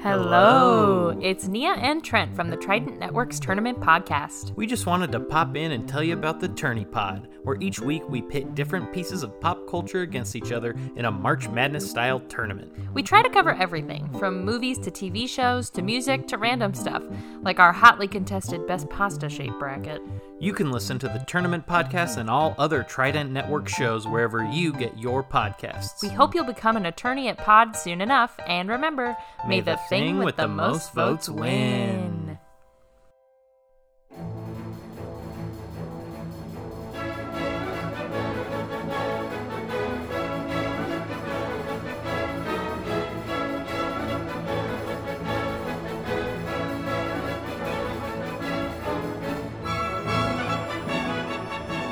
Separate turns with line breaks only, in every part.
Hello.
Hello.
It's Nia and Trent from the Trident Network's Tournament Podcast.
We just wanted to pop in and tell you about the Tourney Pod, where each week we pit different pieces of pop culture against each other in a March Madness style tournament.
We try to cover everything from movies to TV shows to music to random stuff, like our hotly contested Best Pasta Shape bracket.
You can listen to the Tournament Podcast and all other Trident Network shows wherever you get your podcasts.
We hope you'll become an attorney at Pod soon enough, and remember, may, the, thing, with, the, most votes win.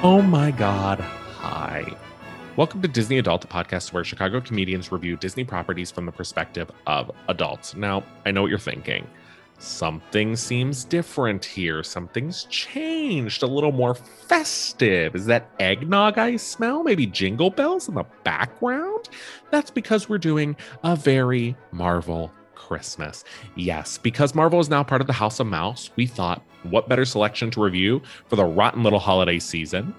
Oh my God. Hi. Welcome to Disney Adult, the podcast where Chicago comedians review Disney properties from the perspective of adults. Now, I know what you're thinking. Something seems different here. Something's changed, a little more festive. Is that eggnog I smell? Maybe jingle bells in the background? That's because we're doing a very Marvel Christmas. Yes, because Marvel is now part of the House of Mouse, we thought what better selection to review for the rotten little holiday season?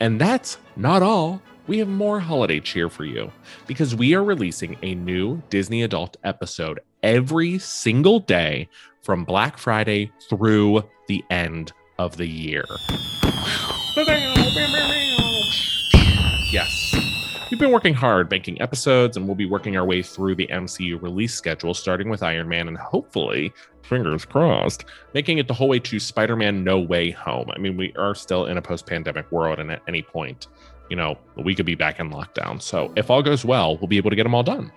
And that's not all. We have more holiday cheer for you because we are releasing a new Disney Adult episode every single day from Black Friday through the end of the year. Yes. We've been working hard making episodes, and we'll be working our way through the MCU release schedule, starting with Iron Man and hopefully, fingers crossed, making it the whole way to Spider Man No Way Home. I mean, we are still in a post pandemic world, and at any point, you know, we could be back in lockdown. So if all goes well, we'll be able to get them all done.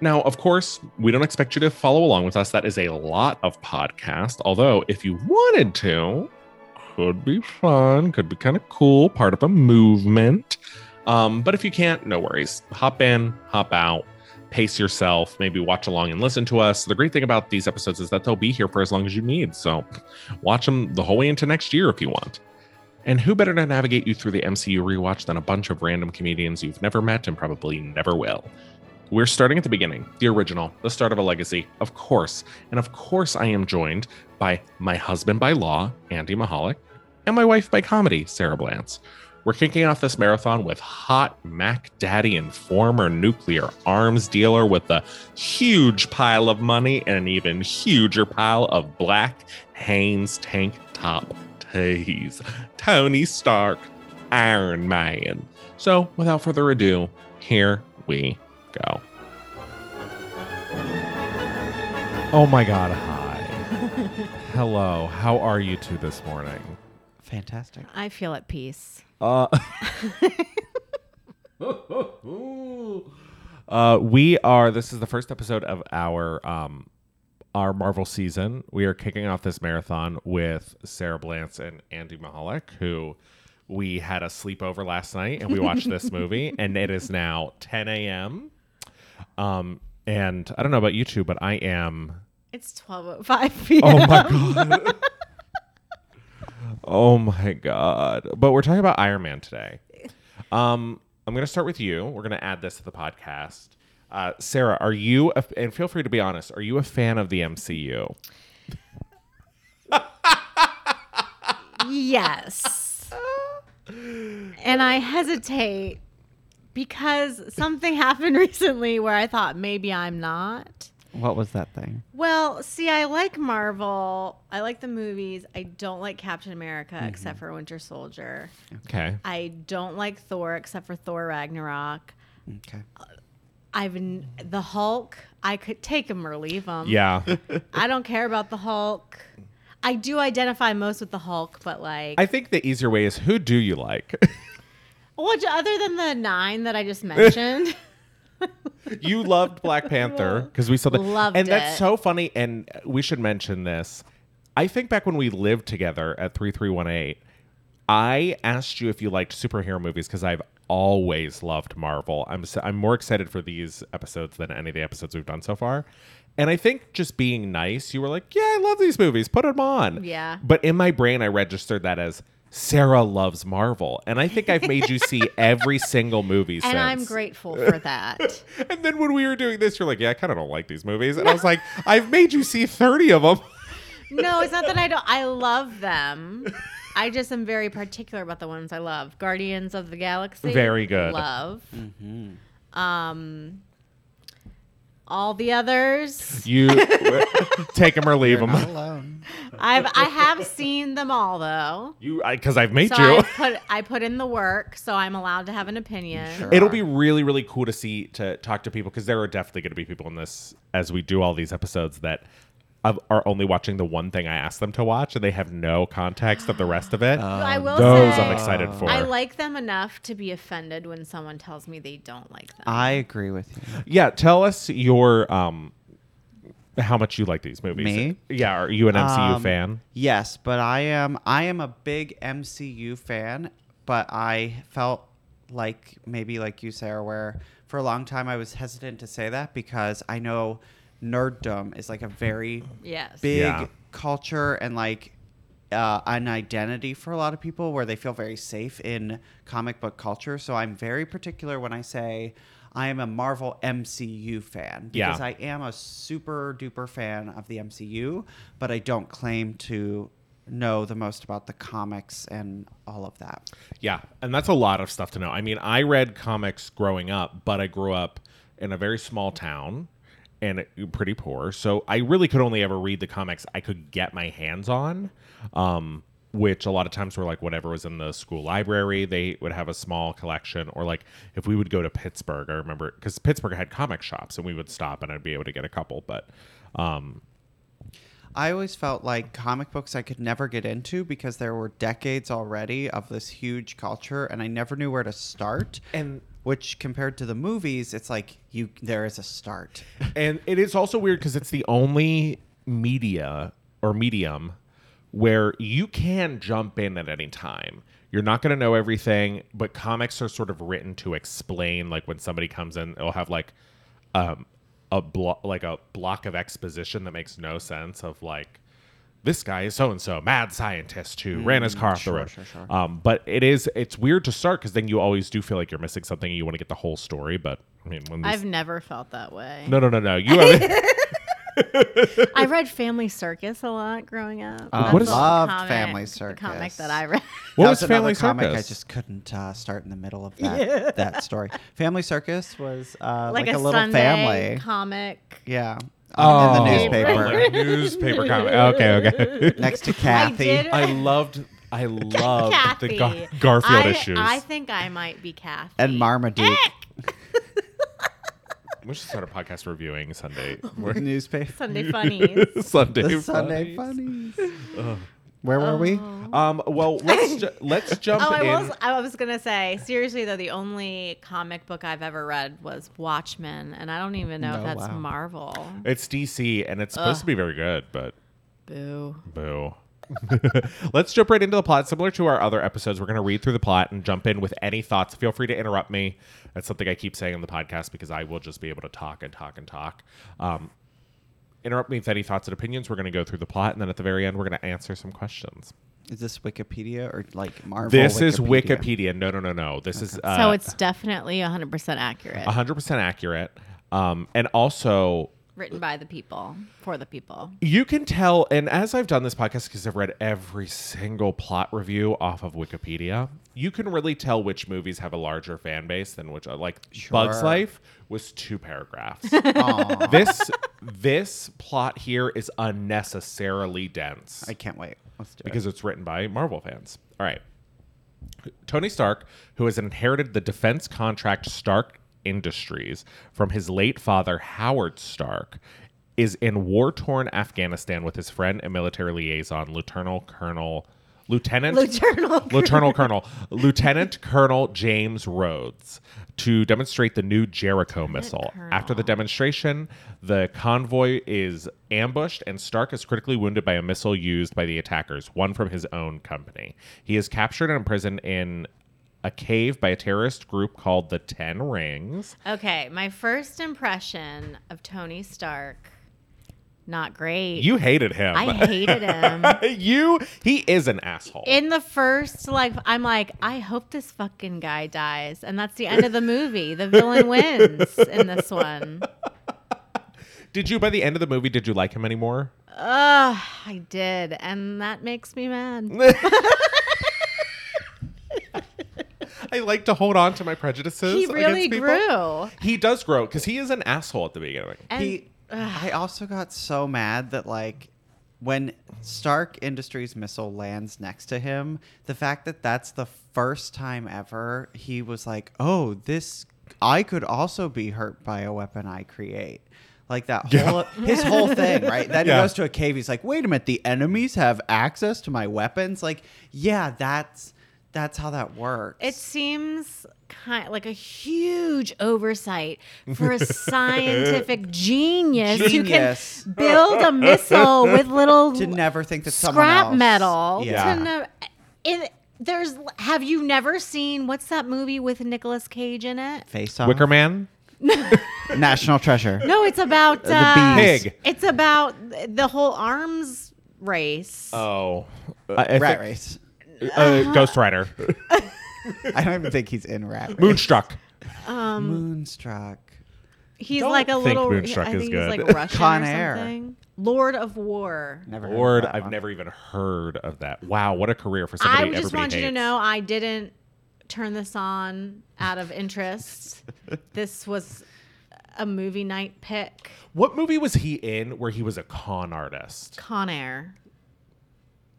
Now, of course, we don't expect you to follow along with us. That is a lot of podcast. Although, if you wanted to, could be fun, could be kind of cool, part of a movement. Um, but if you can't, no worries. Hop in, hop out, pace yourself, maybe watch along and listen to us. The great thing about these episodes is that they'll be here for as long as you need. So watch them the whole way into next year if you want. And who better to navigate you through the MCU rewatch than a bunch of random comedians you've never met and probably never will? We're starting at the beginning, the original, the start of a legacy, of course. And of course, I am joined by my husband by law, Andy Mahalik, and my wife by comedy, Sarah Blance. We're kicking off this marathon with Hot Mac Daddy and former nuclear arms dealer with a huge pile of money and an even huger pile of black Hanes tank top tees. Tony Stark, Iron Man. So, without further ado, here we go.
Oh my God, hi. Hello, how are you two this morning?
Fantastic.
I feel at peace.
Uh, uh, we are, this is the first episode of our. Um, our Marvel season. We are kicking off this marathon with Sarah Blance and Andy Mahalik, who we had a sleepover last night and we watched this movie, and it is now 10 a.m. Um, and I don't know about you two, but I am
It's 12:05 p.m.
Oh my god. oh my god. But we're talking about Iron Man today. Um, I'm gonna start with you. We're gonna add this to the podcast. Uh, Sarah, are you? A, and feel free to be honest. Are you a fan of the MCU?
Yes. and I hesitate because something happened recently where I thought maybe I'm not.
What was that thing?
Well, see, I like Marvel. I like the movies. I don't like Captain America except for Winter Soldier.
Okay.
I don't like Thor except for Thor Ragnarok.
Okay.
I've n- the Hulk. I could take him or leave him.
Yeah.
I don't care about the Hulk. I do identify most with the Hulk, but like,
I think the easier way is who do you like?
Well, j- other than the nine that I just mentioned,
you loved Black Panther because we saw that.
Loved
and that's
it.
so funny. And we should mention this. I think back when we lived together at 3318, I asked you if you liked superhero movies because I've always loved Marvel. I'm s I'm more excited for these episodes than any of the episodes we've done so far. And I think just being nice, you were like, "Yeah, I love these movies. Put them on."
Yeah.
But in my brain, I registered that as
Sarah loves Marvel, and I think I've made you see every single movie since.
And I'm grateful for that.
And then when we were doing this, you're like, "Yeah, I kind of don't like these movies," and I was like, "I've made you see thirty of them."
no, it's not that I don't. I love them. I just am very particular about the ones I love. Guardians of the Galaxy.
Very good.
Love. Um, all the others.
You take them or leave them.
Not alone.
I've I have seen them all though.
You, because I've made
So
you.
I put I put in the work, so I'm allowed to have an opinion.
Sure.
It'll be really, really cool to see to talk to people because there are definitely going to be people in this as we do all these episodes that of- are only watching the one thing I asked them to watch and they have no context of the rest of it.
Uh.
I will
Uh, Those
say
I'm excited for.
I like them enough to be offended when someone tells me they don't like them.
I agree with you.
yeah, tell us your um how much you like these movies.
Me?
Yeah, are you an MCU
Um,
fan?
Yes, but I am I am a big MCU fan, but I felt like maybe like you Sarah where for a long time I was hesitant to say that because I know nerddom is like a very
yes.
big
Yeah.
culture and like uh, an identity for a lot of people where they feel very safe in comic book culture. So I'm very particular when I say I am a Marvel MCU fan
Yeah.
because I am a super duper fan of the MCU, but I don't claim to know the most about the comics and all of that.
Yeah, and that's a lot of stuff to know. I mean, I read comics growing up, but I grew up in a very small town and it- pretty poor, so I really could only ever read the comics I could get my hands on. Um, which a lot of times were like whatever was in the school library, they would have a small collection, or like if we would go to Pittsburgh, I remember because Pittsburgh had comic shops, and we would stop and I'd be able to get a couple. But um,
I always felt like comic books I could never get into because there were decades already of this huge culture and I never knew where to start.
And-
which compared to the movies, it's like you there is a start.
and it is also weird because it's the only media or medium where you can jump in at any time. You're not going to know everything, but comics are sort of written to explain. Like when somebody comes in, it'll have like um, a blo- like a block of exposition that makes no sense. Of like, this guy is so and so, mad scientist who ran his car off the road.
Mm, sure, sure.
Um, but it is it's weird to start because then you always do feel like you're missing something and you want to get the whole story. But I mean, when these-
I've never felt that way.
no, no, no, no, you have.
I read Family Circus a lot growing up.
Oh,
Uh, What is-
the
loved
comic-
Family
the comic
Circus.
that I read.
What
That
was,
another
Family
comic
Circus?
I just couldn't uh, start in the middle of that that story. Family Circus was uh, like,
like,
a, little
Sunday
family.
comic.
yeah.
oh,
in the newspaper
like a newspaper comic. Okay, okay.
next to Kathy.
did-
I loved, I loved
Kathy.
the Gar- Garfield
I,
issues.
I think I might be Kathy.
and Marmaduke
Eh!
we should start a podcast reviewing Sunday.
newspaper.
Sunday Funnies.
Sunday,
The Sunday funnies.
Oh.
Where were we?
Um, well, let's ju- let's jump
Oh, I
in.
was, I was gonna say seriously though, the only comic book I've ever read was Watchmen, and I don't even know
Oh,
if that's
wow.
Marvel.
It's DC, and it's supposed to be very good, but
Boo.
Boo. Let's jump right into the plot. Similar to our other episodes, we're going to read through the plot and jump in with any thoughts. Feel free to interrupt me. That's something I keep saying on the podcast because I will just be able to talk and talk and talk. Um, interrupt me with any thoughts and opinions. We're going to go through the plot, and then at the very end, we're going to answer some questions.
Is this Wikipedia or like Marvel?
this is Wikipedia. No, no, no, no. This is uh,
so it's definitely 100% accurate.
100% accurate. Um, and also,
Written by the people, for the people.
you can tell and as i've done this podcast because i've read every single plot review off of wikipedia you can really tell which movies have a larger fan base than which uh, like bugs
Sure.
life was two paragraphs
Aw,
this this plot here is unnecessarily dense
I can't wait. Let's do
because it's written by Marvel fans. All right. Tony Stark, who has inherited the defense contract Stark Industries from his late father, Howard Stark, is in war torn Afghanistan with his friend and military liaison, Lieutenant Colonel. Lieutenant
Lieutenant
Lieutenant Colonel Lieutenant Colonel James Rhodes to demonstrate the new Jericho missile. After the demonstration, the convoy is ambushed and Stark is critically wounded by a missile used by the attackers, one from his own company. He is captured and imprisoned in a cave by a terrorist group called the Ten Rings.
Okay, my first impression of Tony Stark Not great.
You hated him.
I hated him.
you he is an asshole.
In the first, like, I'm like, I hope this fucking guy dies. And that's the end of the movie. The villain wins in this one.
did you by the end of the movie did you like him anymore?
Ugh, I did. And that makes me mad.
I like to hold on to my prejudices.
He really
against people.
grew.
He does grow because he is an asshole at the beginning.
And
he, I also got so mad that like when Stark Industries missile lands next to him, the fact that that's the first time ever he was like, "Oh, this I could also be hurt by a weapon I create." Like that whole his whole thing, right? Then
Yeah.
he goes to a cave. He's like, "Wait a minute, the enemies have access to my weapons." Like, yeah, that's that's how that works.
It seems kind like a huge oversight for a scientific genius, who
Genius.
can build a missile with little
to never think that someone
scrap
else-
metal.
Yeah.
To ne- it, there's have you never seen what's that movie with Nicolas Cage in it?
Face off.
Wicker Man?
National treasure.
No, it's about
the
uh,
bees.
Pig.
It's about the whole arms race.
Oh.
Rat race.
Uh-huh.
Uh, Ghost Rider.
I don't even think he's in rat race.
Moonstruck.
Moonstruck.
he's
don't
like a
think
little.
Moonstruck
I
is
think he's
good.
like Russian
Con
or
Air.
something. Lord of War.
Never heard of
Lord,
that
I've
one.
never even heard of that. Wow, what a career for somebody.
I would just
everybody
want you to
hates.
know I didn't turn this on out of interest. this was a movie night pick.
What movie was he in where he was a con artist?
Con Air.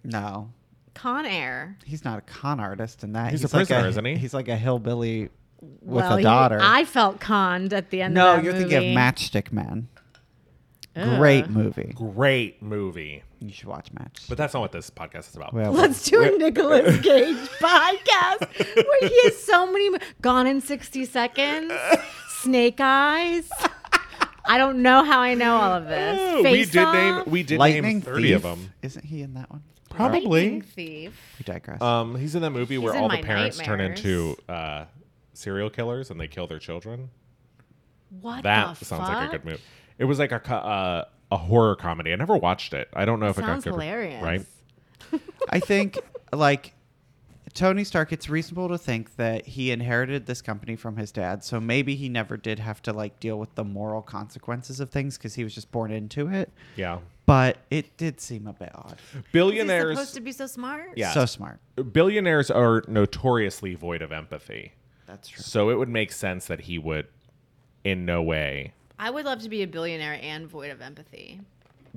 No,
Con Air.
he's not a con artist in that.
He's a prisoner, isn't he?
He's like a hillbilly with
Well,
a
you-
daughter.
I felt conned at the end
no,
of that
you're
movie.
thinking of Matchstick Man.
Ugh.
Great movie.
Great movie.
You should watch Match.
But that's not what this podcast is about.
Well,
Let's do a Nicolas Cage podcast where he has so many. mo- Gone in 60 Seconds, Snake Eyes. I don't know how I know all of this.
Oh, we
Face
did
Off,
name we did name
Lightning
30
Thief.
of them.
Isn't he in that one?
Lightning Thief.
We digress.
Um, he's in that movie where
in
all the
my
parents turn
nightmares.
into uh, serial killers and they kill their children.
What
That
the
sounds
fuck?
like a good movie. It was like a co- uh, a horror comedy. I never watched it. I don't know if it got
Sounds
good.
hilarious,
Right?
I think like Tony Stark, it's reasonable to think that he inherited this company from his dad, so maybe he never did have to like deal with the moral consequences of things because he was just born into it.
Yeah.
But it did seem a bit odd.
Is he supposed
Billionaires
to be so smart?
Yeah.
So smart.
billionaires are notoriously void of empathy.
That's true.
So it would make sense that he would in no way.
I would love to be a billionaire and void of empathy.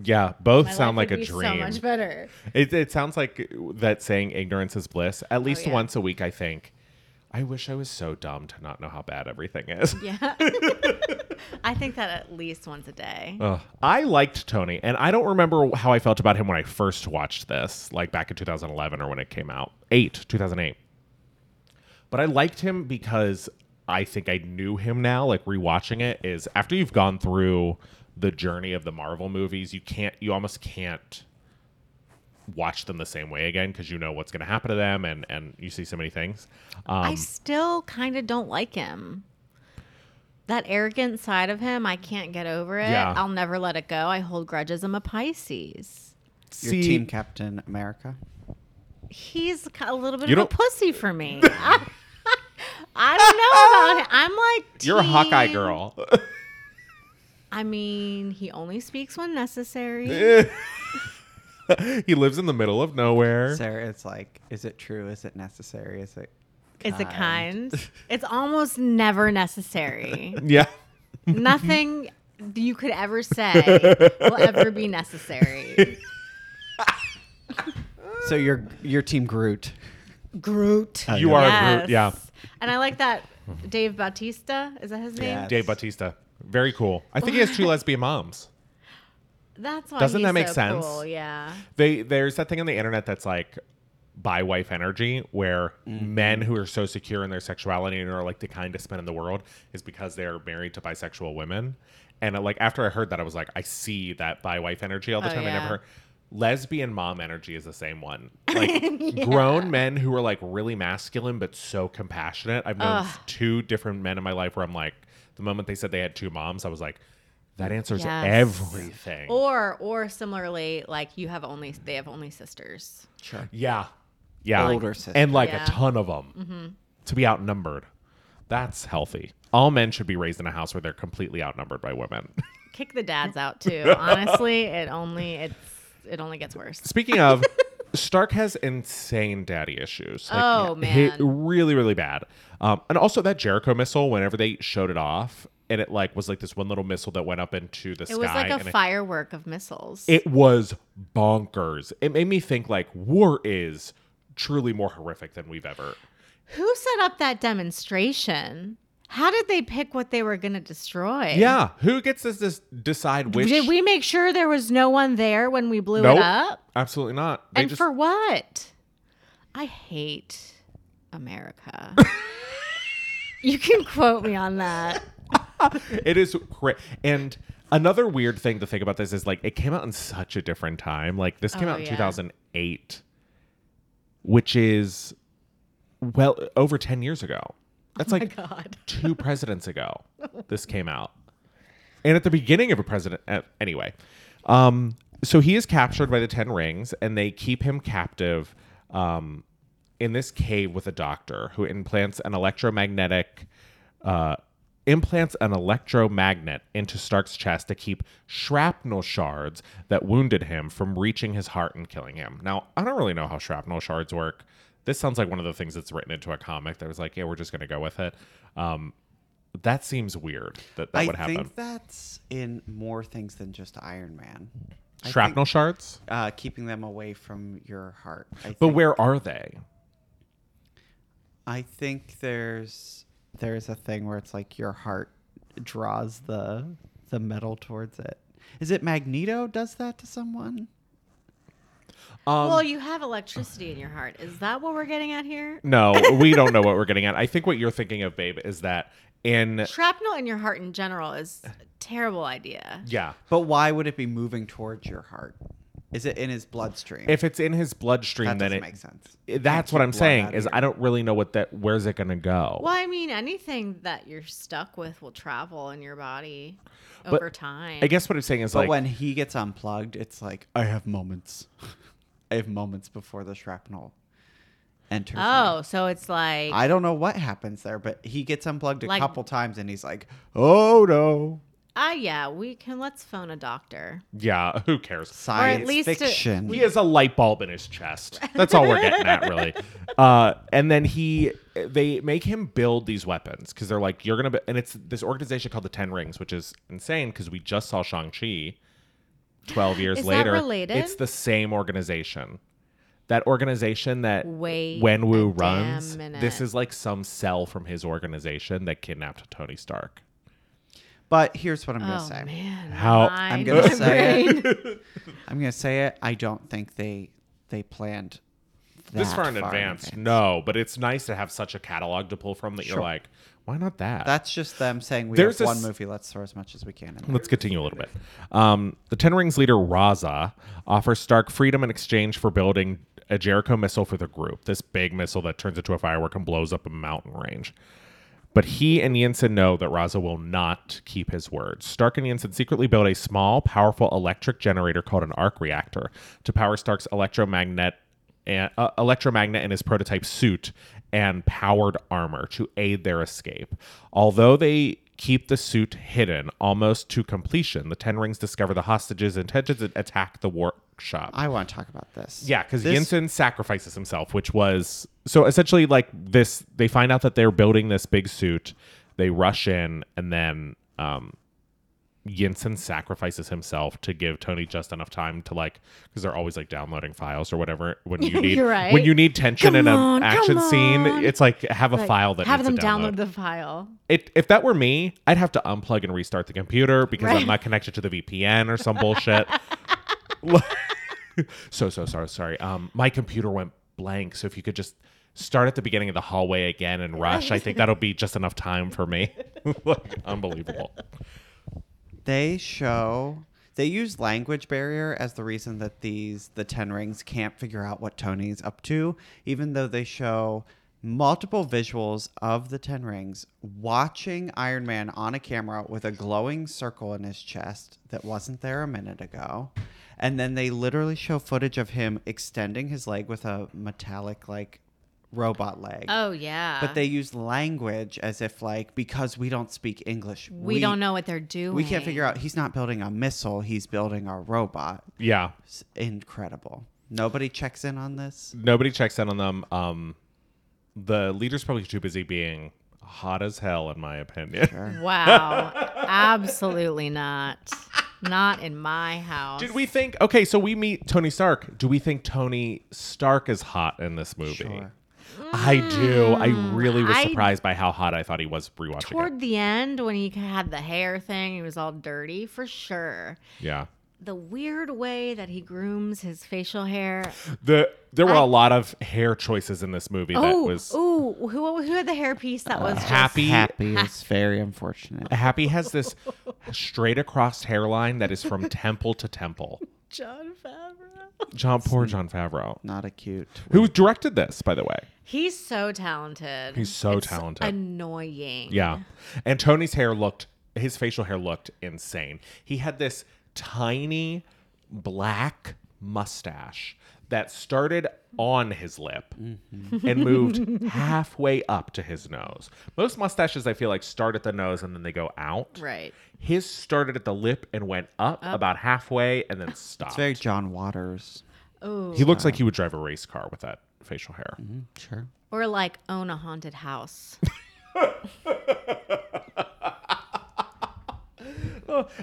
Yeah, both
My
sound like
life would
a
be So
dream.
much better.
It, it sounds like that saying ignorance is bliss. At least
yeah.
once a week, I think. I wish I was so dumb to not know how bad everything is.
Yeah. I think that at least once a day.
Ugh. I liked Tony, and I don't remember how I felt about him when I first watched this, like back in 2011 or when it came out. 8, 2008. But I liked him because I think I knew him now. Like rewatching it is after you've gone through the journey of the Marvel movies, you can't, you almost can't watch them the same way again because you know what's going to happen to them and and you see so many things.
I
Um,
still kind of don't like him. That arrogant side of him, I can't get over it.
Yeah.
I'll never let it go. I hold grudges. I'm a Pisces.
Your team Captain America.
He's a little bit
You
of a
don't-
pussy for me. I, don't know about him. I'm like
you're a Hawkeye
team-
girl.
I mean, he only speaks when necessary.
he lives in the middle of nowhere.
Sarah, it's like, is it true? Is it necessary? Is it?
It's a kind. It's almost never necessary.
Yeah.
Nothing you could ever say will ever be necessary.
So your your team Groot.
Groot.
You are a Groot. Yeah.
And I like that
Mm-hmm.
Dave Bautista. Is that his name?
Yeah.
Dave Bautista. Very cool. I think he has two lesbian moms.
That's why.
Doesn't
he's
that make
so
sense?
Cool. Yeah.
They there's that thing on the internet that's like bi wife energy where
Mm-hmm.
men who are so secure in their sexuality and are like the kindest men in the world is because they're married to bisexual women. And uh, like after I heard that I was like, I see that bi wife energy all the
Oh,
time. I never
yeah.
heard lesbian mom energy is the same one. Like grown men who are like really masculine but so compassionate. I've known two different men in my life where I'm like, the moment they said they had two moms, I was like, That answers
Yes.
everything.
Or or similarly, like you have only they have only sisters.
Sure.
yeah. Yeah.
Older sister.
And like
Yeah. Mm-hmm.
a ton of them to be outnumbered. That's healthy. All men should be raised in a house where they're completely outnumbered by women.
Kick the dads out too. Honestly, it only it's it only gets worse.
Speaking of, Stark has insane daddy issues.
Oh,
he-
man.
really, really bad. Um, and also that Jericho missile. Whenever they showed it off, and it like was like this one little missile that went up into the sky.
It was like
and
a
it-
firework of missiles.
It was bonkers. It made me think like war is truly more horrific than we've ever.
Who set up that demonstration? How did they pick what they were going to destroy?
Yeah, who gets to this decide which?
Did we make sure there was no one there when we blew
Nope.
it up?
Absolutely not. They
and
just
for what? I hate America. you can quote me on that.
it is cra- and another weird thing to think about this is like it came out in such a different time. Like this came
Oh,
out in
yeah.
2008, which is well over 10 years ago. That's like
Oh God.
two presidents ago this came out and at the beginning of a president uh, anyway um so he is captured by the ten rings and they keep him captive um in this cave with a doctor who implants an electromagnetic uh implants an electromagnet into stark's chest to keep shrapnel shards that wounded him from reaching his heart and killing him now i don't really know how shrapnel shards work this sounds like one of the things that's written into a comic that was like yeah we're just going to go with it um that seems weird that that
I
would happen
think that's in more things than just Iron Man. I think,
shrapnel shards
uh, keeping them away from your heart. I
but
think,
where are they
I think there's there's a thing where it's like your heart draws the the metal towards it. Is it Magneto does that to someone?
um
well, you have electricity in your heart. Is that what we're getting at here?
no we don't know what we're getting at i think what you're thinking of babe is that in
Shrapnel in your heart in general is a terrible idea.
yeah
But why would it be moving towards your heart? Is it in his bloodstream?
if it's in his bloodstream
that
then
doesn't
it
make sense.
that's what i'm
blood
saying
outta
is
your-
i don't really know what that where's it going to go
Well, I mean, anything that you're stuck with will travel in your body
But
over time.
i guess what i'm saying is
But
like
when he gets unplugged, it's like I have moments. I have moments before the shrapnel enters. me.
Oh, so it's like
I don't know what happens there, but he gets unplugged a
Like-
couple times and he's like, "Oh no."
ah, yeah, we can let's phone a doctor.
yeah who cares
Science
least it-
fiction.
He has a light bulb in his chest. That's all we're getting at, really. Uh, and then he, they make him build these weapons because they're like, you're gonna, be, and it's this organization called the Ten Rings, which is insane because we just saw Shang Chi. Twelve years
Is that
later,
related?
it's the same organization. That organization that
Wait a
Wenwu
damn
runs.
minute.
This is like some cell from his organization that kidnapped Tony Stark.
But here's what I'm going
Oh
to say.
man,
How-
mine,
I'm gonna
my
say
brain.
I'm going to say it. I don't think they they planned that
this far in advance, no, but it's nice to have such a catalog to pull from that you're
Sure.
like, why not that?
That's just them saying we
There's
have
a
one
s-
movie. Let's throw as much as we can. In there.
Let's continue a little bit. Um, the Ten Rings leader Raza offers Stark freedom in exchange for building a Jericho missile for the group, this big missile that turns into a firework and blows up a mountain range. But he and Yinsen know that Raza will not keep his word. Stark and Yinsen secretly build a small, powerful electric generator called an arc reactor to power Stark's electromagnet and, uh, electromagnet in his prototype suit and powered armor to aid their escape. Although they keep the suit hidden almost to completion, the Ten Rings discover the hostages' intentions and attack the workshop.
I want to talk about this.
Yeah, because
This-
Yinsen sacrifices himself, which was so essentially like this. They find out that they're building this big suit. They rush in, and then um, Yinsen sacrifices himself to give Tony just enough time to like, because they're always like downloading files or whatever. When you need
You're right.
when you need tension
Come
in an
on,
action
come
scene,
on.
it's like have a
Like,
file that
have
needs
them
to download.
download the file.
It, if that were me, I'd have to unplug and restart the computer because
Right.
I'm not connected to the VPN or some bullshit. so so sorry sorry. Um, my computer went blank. So if you could just start at the beginning of the hallway again and rush, I think that'll be just enough time for me. Like, Unbelievable.
they show they use language barrier as the reason that these the ten rings can't figure out what tony's up to even though they show multiple visuals of the Ten Rings watching Iron Man on a camera with a glowing circle in his chest that wasn't there a minute ago. And then they literally show footage of him extending his leg with a metallic, like, robot leg.
Oh yeah.
But they use language as if, like, because we don't speak English,
we, don't know what they're doing.
We can't figure out. He's not building a missile, he's building a robot.
Yeah.
It's incredible. Nobody checks in on this.
Nobody checks in on them. Um, the leader's probably too busy being hot as hell, in my opinion.
Wow. Absolutely not. Not in my house.
Did we think okay? So we meet Tony Stark. Do we think Tony Stark is hot in this movie?
Sure.
I do. I really was
Mm, I-
surprised by how hot I thought he was rewatching it.
Toward the end, when he had the hair thing, he was all dirty for sure.
Yeah.
The weird way that he grooms his facial hair.
The there were a lot of hair choices in this movie that
Oh,
was
ooh, who, who had the hair piece that was just-
happy.
Happy is very unfortunate.
Happy has this straight across hairline that is from temple to temple.
John Favreau?
John poor John Favreau.
Not a cute.
Who directed this, by the way?
He's so talented.
He's so
It's
talented.
Annoying.
Yeah. And Tony's hair looked, his facial hair looked insane. He had this tiny black mustache that started on his lip and moved halfway up to his nose. Most mustaches, I feel like, start at the nose and then they go out.
Right.
His started at the lip and went up, about halfway and then stopped.
It's very John Waters.
Ooh.
he looks like he would drive a race car with that facial hair.
Sure.
Or like own a haunted house.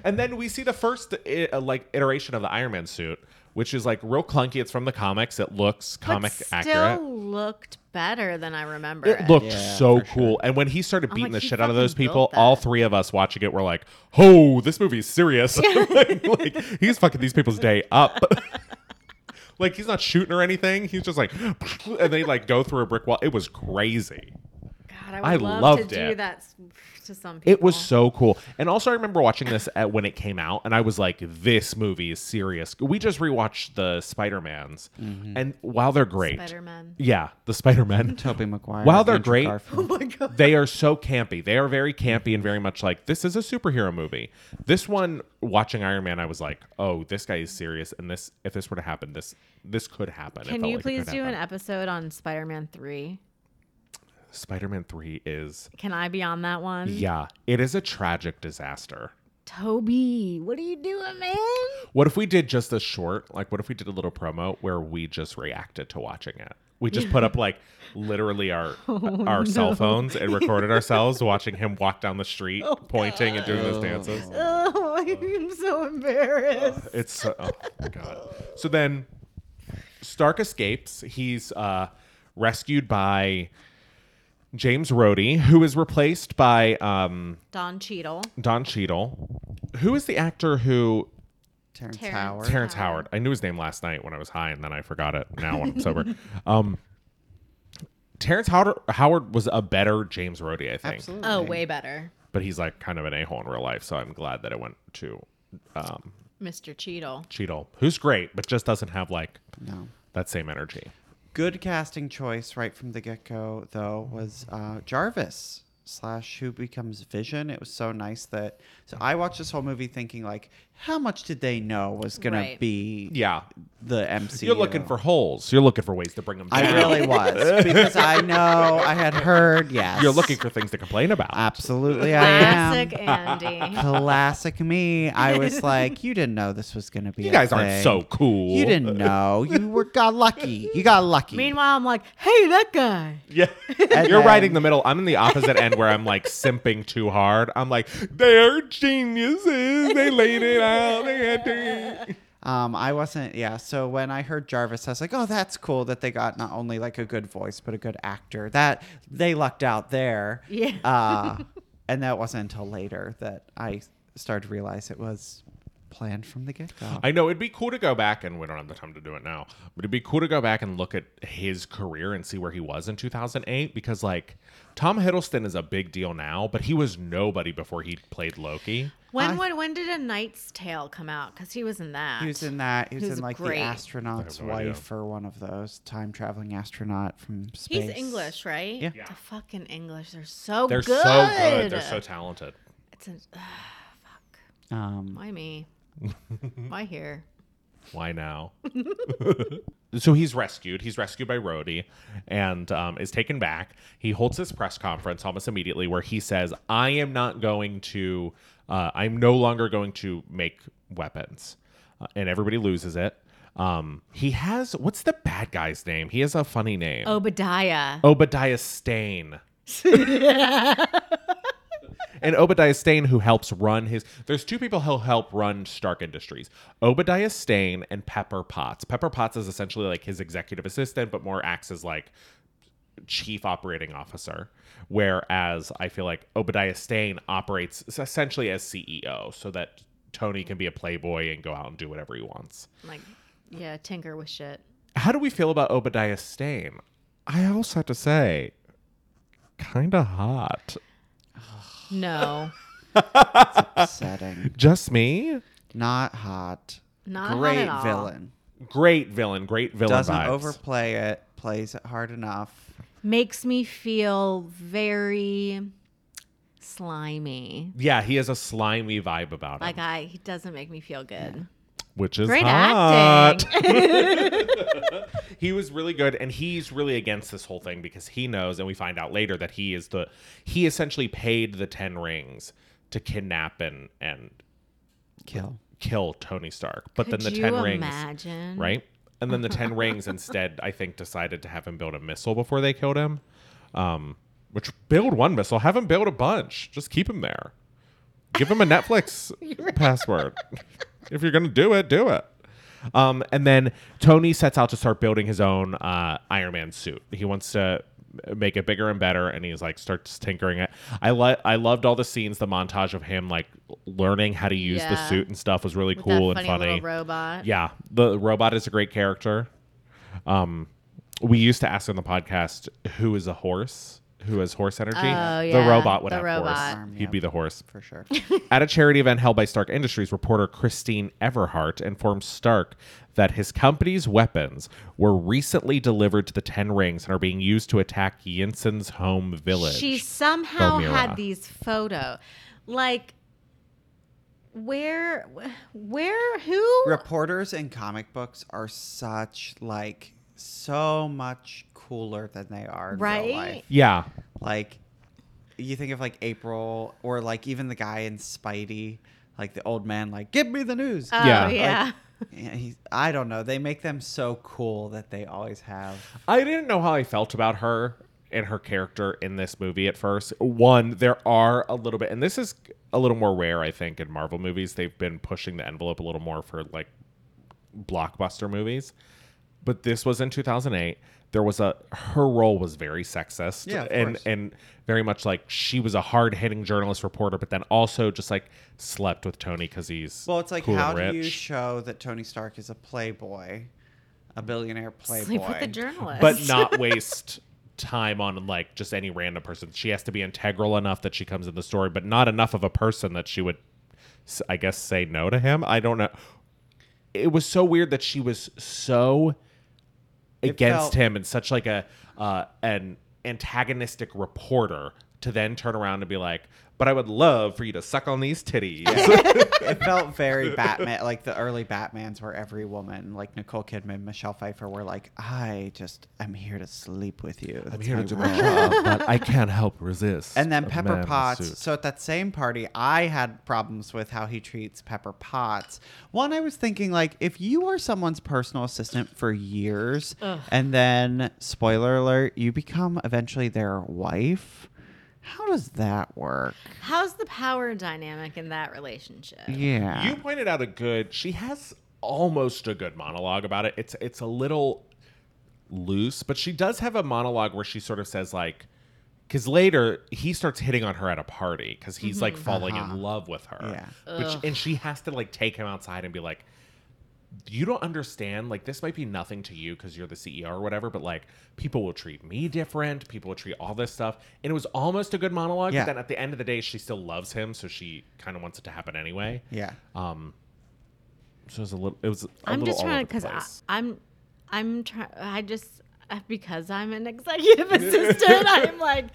And then we see the first i- uh, like iteration of the Iron Man suit, which is like real clunky. It's from the comics. It looks comic
but still
accurate.
looked better than I remember.
It
it.
looked
Yeah,
so
for sure.
cool. And when he started
I'm
beating
like,
the
he
shit out of
fucking
those people,
built
all
that.
three of us watching it were like, "Oh, this movie is serious." like, like, he's fucking these people's day up. like he's not shooting or anything. He's just like, and they like go through a brick wall. It was crazy.
God, I would
I
love
loved
to do
it.
that s- to some people.
It was so cool. And also, I remember watching this at, when it came out, and I was like, this movie is serious. We just rewatched the Spider-Mans, and while they're great,
Spider-Man.
yeah, the Spider-Man,
Toby McGuire.
While they're
Andrew
great-
Garfield.
they are so campy. They are very campy and very much like, this is a superhero movie. This one, watching Iron Man, I was like, oh, this guy is serious, and this, if this were to happen, this this could happen. It
Can
felt
you
like it
please
could
do an
happen.
episode on Spider-Man 3?
Spider-Man 3 is,
Can I be on that one?
yeah, it is a tragic disaster.
Toby, what are you doing, man?
What if we did just a short? Like, what if we did a little promo where we just reacted to watching it? We just put up like literally our our cell phones and recorded ourselves watching him walk down the street, pointing and doing those dances.
Oh, I'm so embarrassed.
It's so, oh my god. So then Stark escapes. He's uh, rescued by James Rhodey, who is replaced by um,
Don Cheadle.
Don Cheadle, who is the actor who
Terrence
Terrence.
Howard.
Terrence Howard. I knew his name last night when I was high, and then I forgot it now when I'm sober. Um, Terrence Howard, Howard was a better James Rhodey, I think,
Absolutely.
Oh, way better.
but he's like kind of an a-hole in real life. So I'm glad that it went to um,
Mr. Cheadle.
Cheadle, who's great, but just doesn't have like
No.
that same energy.
Good casting choice right from the get go, though, was uh, Jarvis slash who becomes Vision. It was so nice that. So I watched this whole movie thinking, like, how much did they know was going
Right.
to be
Yeah,
the MCU?
you're looking for holes. You're looking for ways to bring them down.
I really was because I know I had heard yes.
You're looking for things to complain about.
Absolutely, I am.
Classic Andy.
classic me. I was like, you didn't know this was going to be.
you
a
guys aren't
thing.
so cool.
You didn't know. You were got lucky. You got lucky.
Meanwhile, I'm like, hey, that guy.
Yeah.
And
You're right
then-
in the middle. I'm in the opposite end where I'm like simping too hard. I'm like, they're geniuses. They laid it out. They had to.
um, I wasn't. Yeah. So when I heard Jarvis, I was like, oh, that's cool that they got not only like a good voice but a good actor. That they lucked out there.
Yeah.
Uh, and that wasn't until later that I started to realize it was planned from the get go.
I know it'd be cool to go back, and we don't have the time to do it now, but it'd be cool to go back and look at his career and see where he was in 2008 because, like, Tom Hiddleston is a big deal now, but he was nobody before he played Loki.
When
I-
would when did A Knight's Tale come out? Because he was in that.
He was in that. He was
He was
in like
great.
the astronaut's
I have no idea.
wife or one of those time traveling astronaut from space.
He's English, right?
Yeah.
The fucking English. They're so
They're
good.
so good. They're so talented.
it's an, fuck.
Um,
Why me? Why here?
Why now? so he's rescued. He's rescued by Rhodey and um, is taken back. He holds his press conference almost immediately where he says, I am not going to, uh, I'm no longer going to make weapons. Uh, and everybody loses it. Um, he has, what's the bad guy's name? He has a funny
Oh,
name
Obadiah.
Obadiah Stane. and Obadiah Stane, who helps run his. There's two people who'll help run Stark Industries Obadiah Stane and Pepper Potts. Pepper Potts is essentially like his executive assistant, but more acts as like chief operating officer. Whereas I feel like Obadiah Stane operates essentially as CEO so that Tony can be a playboy and go out and do whatever he wants.
Like, yeah, tinker with shit.
How do we feel about Obadiah Stane? I also have to say, kind of hot.
No,
Uh.
upsetting.
Just me?
Not hot.
not hot
Great
at all.
villain.
Great villain, great villain
Doesn't
vibes.
overplay it. Plays it hard enough.
Makes me feel very slimy.
yeah, he has a slimy vibe about
Like
him,
I, he doesn't make me feel good.
which is
Great
hot.
acting.
he was really good and he's really against this whole thing because he knows and we find out later that he is the he essentially paid the 10 rings to kidnap and and
Kill.
kill Tony Stark. But
Could
then the
you
10 rings
imagine?
right? And then the Ten Rings instead, I think, decided to have him build a missile before they killed him. Um, which build one missile, have him build a bunch. Just keep him there. Give him a Netflix password. if you're gonna do it, do it. Um, and then Tony sets out to start building his own uh, Iron Man suit. He wants to make it bigger and better, and he's like starts tinkering it. I lo- I loved all the scenes, the montage of him like learning how to use the
Yeah.
suit and stuff was really
With that
cool and
funny,
funny.
little robot.
Yeah, the robot is a great character. Um, we used to ask on the podcast who is a horse, who has horse energy.
Oh,
The
yeah,
robot would
the
have
robot.
horse. He'd be the horse.
For sure.
At a charity event held by Stark Industries, reporter Christine Everhart informed Stark that his company's weapons were recently delivered to the Ten Rings and are being used to attack Jensen's home village.
She somehow
Palmyra.
had these photo, like where, where, who?
Reporters in comic books are such like so much cooler than they are in
Right?
real life.
yeah,
Like you think of like April or like even the guy in Spidey, like the old man, like give me the news.
oh
yeah,
yeah,
like-
Yeah, he's, I don't know. They make them so cool that they always have.
I didn't know how I felt about her and her character in this movie at first. One, there are a little bit, and this is a little more rare, I think, in Marvel movies. They've been pushing the envelope a little more for like blockbuster movies. But this was in 2008. There was a her role was very sexist
Yeah, of
and
course.
and very much like she was a hard hitting journalist reporter, but then also just like slept with Tony because he's
Well, it's like
cool
how
and rich.
do you show that Tony Stark is a playboy, a billionaire playboy?
Sleep with the journalist.
but not waste time on like just any random person. She has to be integral enough that she comes in the story, but not enough of a person that she would, s- I guess, say no to him. I don't know. It was so weird that she was so against
felt-
him and such like a uh, an antagonistic reporter to then turn around and be like, "But I would love for you to suck on these titties."
it felt very Batman, like the early Batmans, where every woman, like Nicole Kidman, Michelle Pfeiffer, were like, "I just, I'm here to sleep with you. That's my role."
but I can't help resist.
And then Pepper Potts. So at that same party, I had problems with how he treats Pepper Potts. One, I was thinking like, if you are someone's personal assistant for years, and then spoiler alert, you become eventually their wife. How does that work?
how's the power dynamic in that relationship?
Yeah.
You pointed out a good. She has almost a good monologue about it. It's it's a little loose, but she does have a monologue where she sort of says like, Because later he starts hitting on her at a party because he's like falling in love with her.
Mm-hmm. Uh-huh. Yeah.
Which, and she has to like take him outside and be like, you don't understand. Like, this might be nothing to you because you're the CEO or whatever, but like, people will treat me different. People will treat all this stuff. And it was almost a good monologue.
Yeah.
But then at the end of the day, she still loves him. So she kind of wants it to happen anyway.
Yeah.
Um, so it was a little, it was, a
I'm
little
just
all
trying
over the
because
place.
I'm, I'm trying. I just because I'm an executive assistant, I'm like,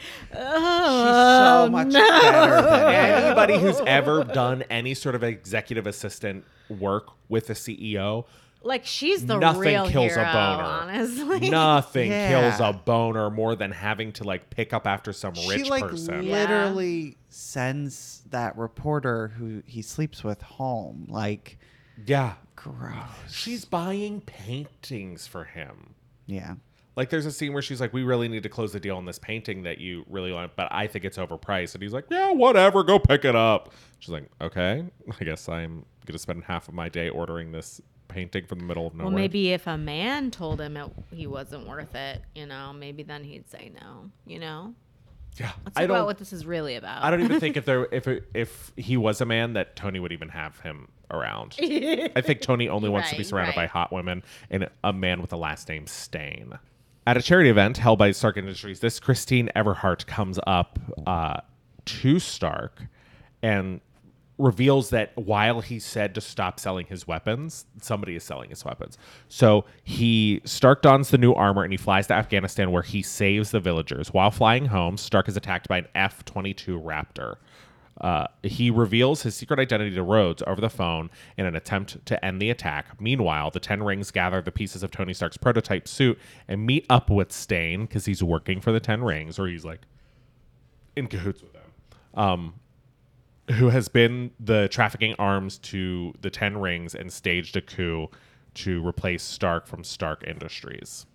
oh,
so much
no.
better than him.
anybody who's ever done any sort of executive assistant work with a E CEO,
Like she's the
nothing
real
kills
hero,
a boner.
honestly.
nothing
Yeah.
kills a boner more than having to like pick up after some rich
she like
person.
Yeah.
literally sends that reporter who he sleeps with home. Like,
yeah,
gross.
she's buying paintings for him.
Yeah.
Like, there's a scene where she's like, "We really need to close the deal on this painting that you really want, but I think it's overpriced." And he's like, "Yeah, whatever. Go pick it up." She's like, "Okay, I guess I'm gonna spend half of my day ordering this painting from the middle of nowhere."
Well, maybe if a man told him it, he wasn't worth it, you know, maybe then he'd say no. You know,
Yeah,
let's
I
talk about
don't.
what this is really about.
I don't even think if there if it- if he was a man that Tony would even have him around. I think Tony only wants to be
Right,
surrounded by
right.
hot women and a man with the last name Stain. At a charity event held by Stark Industries, this Christine Everhart comes up uh, to Stark and reveals that while he said to stop selling his weapons, somebody is selling his weapons. So he Stark dons the new armor and he flies to Afghanistan where he saves the villagers. While flying home, Stark is attacked by an F twenty two Raptor. Uh, he reveals his secret identity to Rhodes over the phone in an attempt to end the attack. Meanwhile, the Ten Rings gather the pieces of Tony Stark's prototype suit and meet up with Stain because he's working for the Ten Rings, or he's like in cahoots with them. Um, who has been the trafficking arms to the Ten Rings and staged a coup to replace Stark from Stark Industries.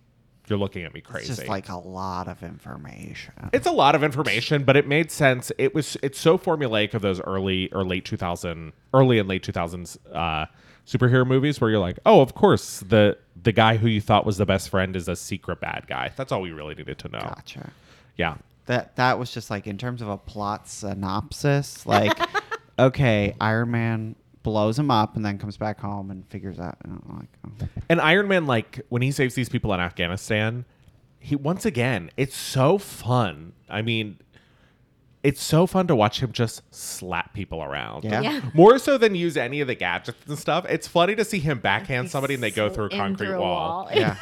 You're looking at me
It's
crazy. Oh.
just like a lot of information.
It's a lot of information, but it made sense. It was it's so formulaic of those early or late 2000 early and late 2000s uh superhero movies where you're like, "Oh, of course, the the guy who you thought was the best friend is a secret bad guy." That's all we really needed to know.
Gotcha.
Yeah.
That that was just like in terms of a plot synopsis, like okay, Iron Man blows him up and then comes back home and figures out and I'm like oh.
And Iron Man like when he saves these people in Afghanistan, he once again, it's so fun. I mean, it's so fun to watch him just slap people around.
Yeah.
Yeah.
More so than use any of the gadgets and stuff. It's funny to see him backhand
He's
somebody and they go through a
in
concrete
through a
wall.
yeah.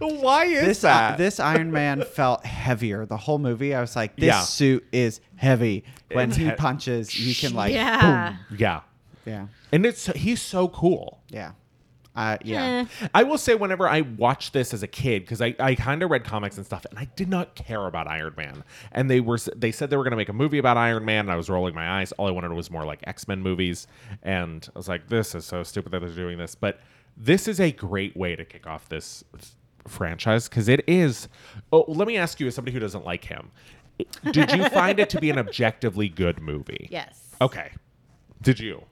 Why is
This
that?
uh, this Iron Man felt heavier the whole movie. I was like, this
Yeah.
suit is heavy. When
It's
he
he-
punches, you can like
yeah.
yeah.
boom. Yeah.
And it's he's so cool.
Yeah. Uh, yeah.
Eh.
I will say, whenever I watched this as a kid, because I, I kind of read comics and stuff, and I did not care about Iron Man. And they were they said they were going to make a movie about Iron Man, and I was rolling my eyes. All I wanted was more like X Men movies, and I was like, this is so stupid that they're doing this. But this is a great way to kick off this f- franchise because it is. Oh, let me ask you, as somebody who doesn't like him, did you find it to be an objectively good movie?
Yes.
Okay. Did you?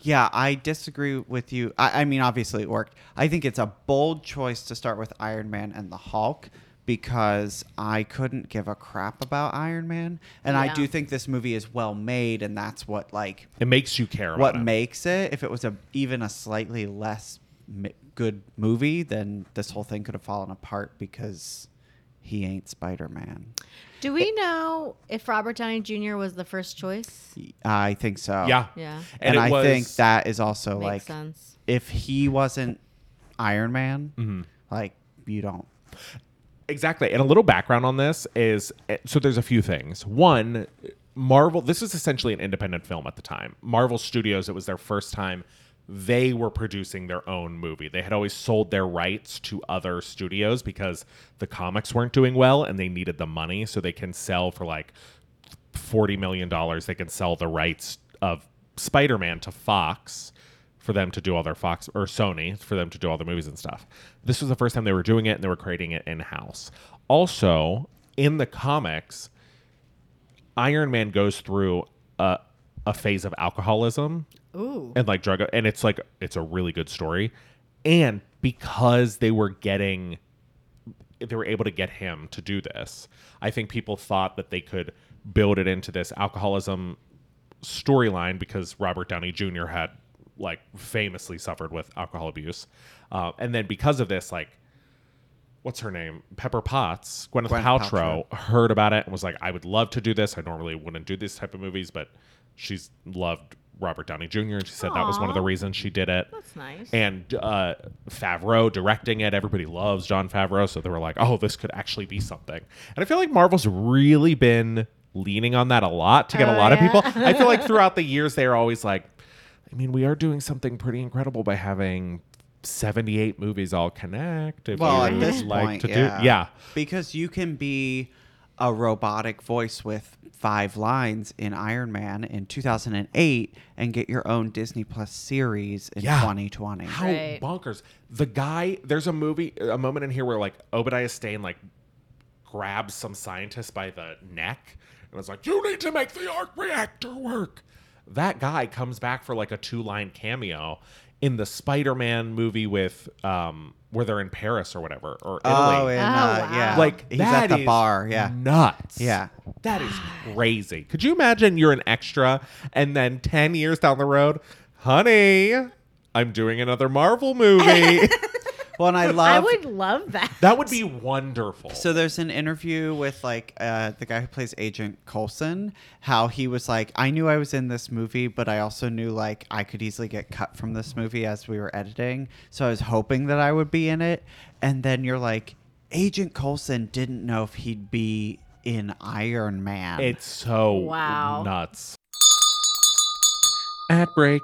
Yeah, I disagree with you. I, I mean, obviously it worked. I think it's a bold choice to start with Iron Man and the Hulk because I couldn't give a crap about Iron Man, and I
Yeah.
do think this movie is well made, and that's what like
It makes you care.
what
about him.
makes it. If it was a even a slightly less mi- good movie, then this whole thing could have fallen apart because he ain't Spider Man.
Do we know if Robert Downey Jr. was the first choice?
I think so.
Yeah.
Yeah.
and,
it
I
was-
think that is also
Makes
like
sense.
if he wasn't Iron Man,
Mm-hmm.
like you don't.
Exactly. And a little background on this is eh, so there's a few things. One, Marvel, this was essentially an independent film at the time. Marvel Studios, it was their first time they were producing their own movie. They had always sold their rights to other studios because the comics weren't doing well and they needed the money so they can sell for like 40 million dollars they can sell the rights of Spider-Man to Fox for them to do all their Fox or Sony for them to do all the movies and stuff. This was the first time they were doing it and they were creating it in-house. Also, in the comics, Iron Man goes through a a phase of alcoholism
Ooh.
and like drug and it's like it's a really good story and because they were getting they were able to get him to do this. I think people thought that they could build it into this alcoholism storyline because Robert Downey Jr. had like famously suffered with alcohol abuse, uh, and then because of this, like what's her name? Pepper Potts, Gwyneth,
Gwyneth
Paltrow, heard about it and was like, I would love to do this. I normally wouldn't do these type of movies, but she's loved Robert Downey Jr. and she said that was one of the
Aw.
reasons she did it.
That's nice.
And uh, Favreau directing it. Everybody loves John Favreau. So they were like, oh, this could actually be something. And I feel like Marvel's really been leaning on that a lot to get a
Oh,
lot
yeah.
of people. I feel like throughout the years, they're always like, I mean, we are doing something pretty incredible by having 78 movies all connect. If
Well,
you
at this
like
point,
to
yeah.
do. Yeah.
Because you can be a robotic voice with five lines in Iron Man in 2008 and get your own Disney Plus series in
Yeah.
2020.
How
Right.
bonkers. The guy, there's a movie, a moment in here where like Obadiah Stane like grabs some scientist by the neck and was like, You need to make the arc reactor work. That guy comes back for like a two line cameo in the Spider Man movie with, um, where they're in Paris or whatever, or Italy.
Oh, and,
Oh,
uh,
wow.
yeah.
Like
he's
that
at the
is Mm.
bar. Yeah.
nuts.
Yeah.
that is crazy. Could you imagine you're an extra, and then ten years down the road, honey, I'm doing another Marvel movie.
Well, and I
I
love.
would love that.
that would be wonderful.
So there's an interview with like uh, the guy who plays Agent Coulson. How he was like, I knew I was in this movie, but I also knew like I could easily get cut from this movie as we were editing. So I was hoping that I would be in it. And then you're like, Agent Coulson didn't know if he'd be in Iron Man.
it's so
Wow.
nuts.
Ad break.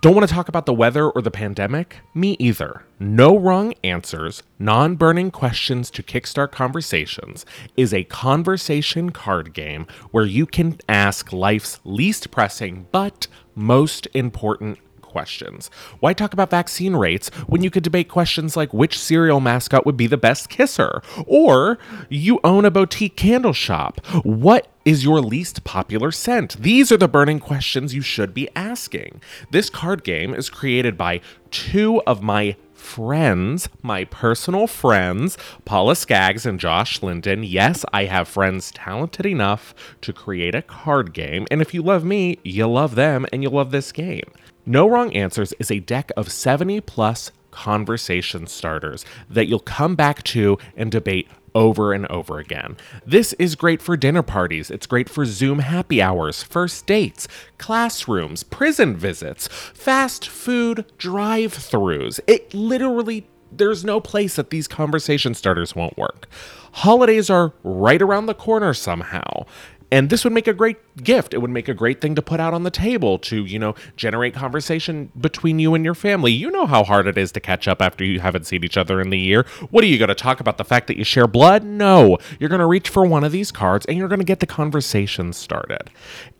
Don't want to talk about the weather or the pandemic? Me either. No Wrong Answers, Non Burning Questions to Kickstart Conversations is a conversation card game where you can ask life's least pressing but most important questions. Why talk about vaccine rates when you could debate questions like which cereal mascot would be the best kisser? Or you own a boutique candle shop. What is your least popular scent? These are the burning questions you should be asking. This card game is created by two of my friends, my personal friends, Paula Skaggs and Josh Linden. Yes, I have friends talented enough to create a card game. And if you love me, you love them and you love this game. No Wrong Answers is a deck of 70 plus conversation starters that you'll come back to and debate over and over again. This is great for dinner parties. It's great for Zoom happy hours, first dates, classrooms, prison visits, fast food drive throughs. It literally there's no place that these conversation starters won't work. Holidays are right around the corner somehow. And this would make a great gift. It would make a great thing to put out on the table to, you know, generate conversation between you and your family. You know how hard it is to catch up after you haven't seen each other in the year. What are you going to talk about? The fact that you share blood? No. You're going to reach for one of these cards and you're going to get the conversation started.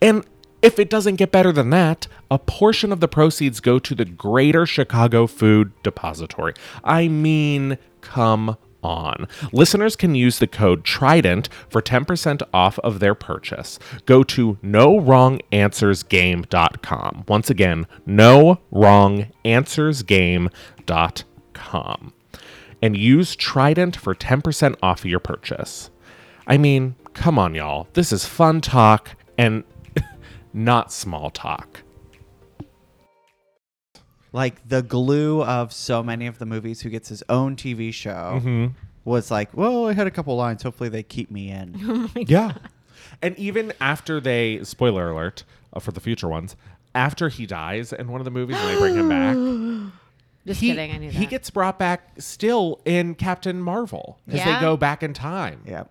And if it doesn't get better than that, a portion of the proceeds go to the Greater Chicago Food Depository. I mean, come on. Listeners can use the code TRIDENT for 10% off of their purchase. Go to nowronganswersgame.com. Once again, nowronganswersgame.com. And use Trident for 10% off of your purchase. I mean, come on, y'all. This is fun talk and not small talk.
like the glue of so many of the movies who gets his own TV show
Mm-hmm.
was like, well, I had a couple lines. Hopefully they keep me in.
Yeah. And even after they, spoiler alert uh, for the future ones, after he dies in one of the movies and they bring him back,
Just
he,
kidding. I knew that.
he gets brought back still in Captain Marvel because
Yeah.
they go back in time.
yeah.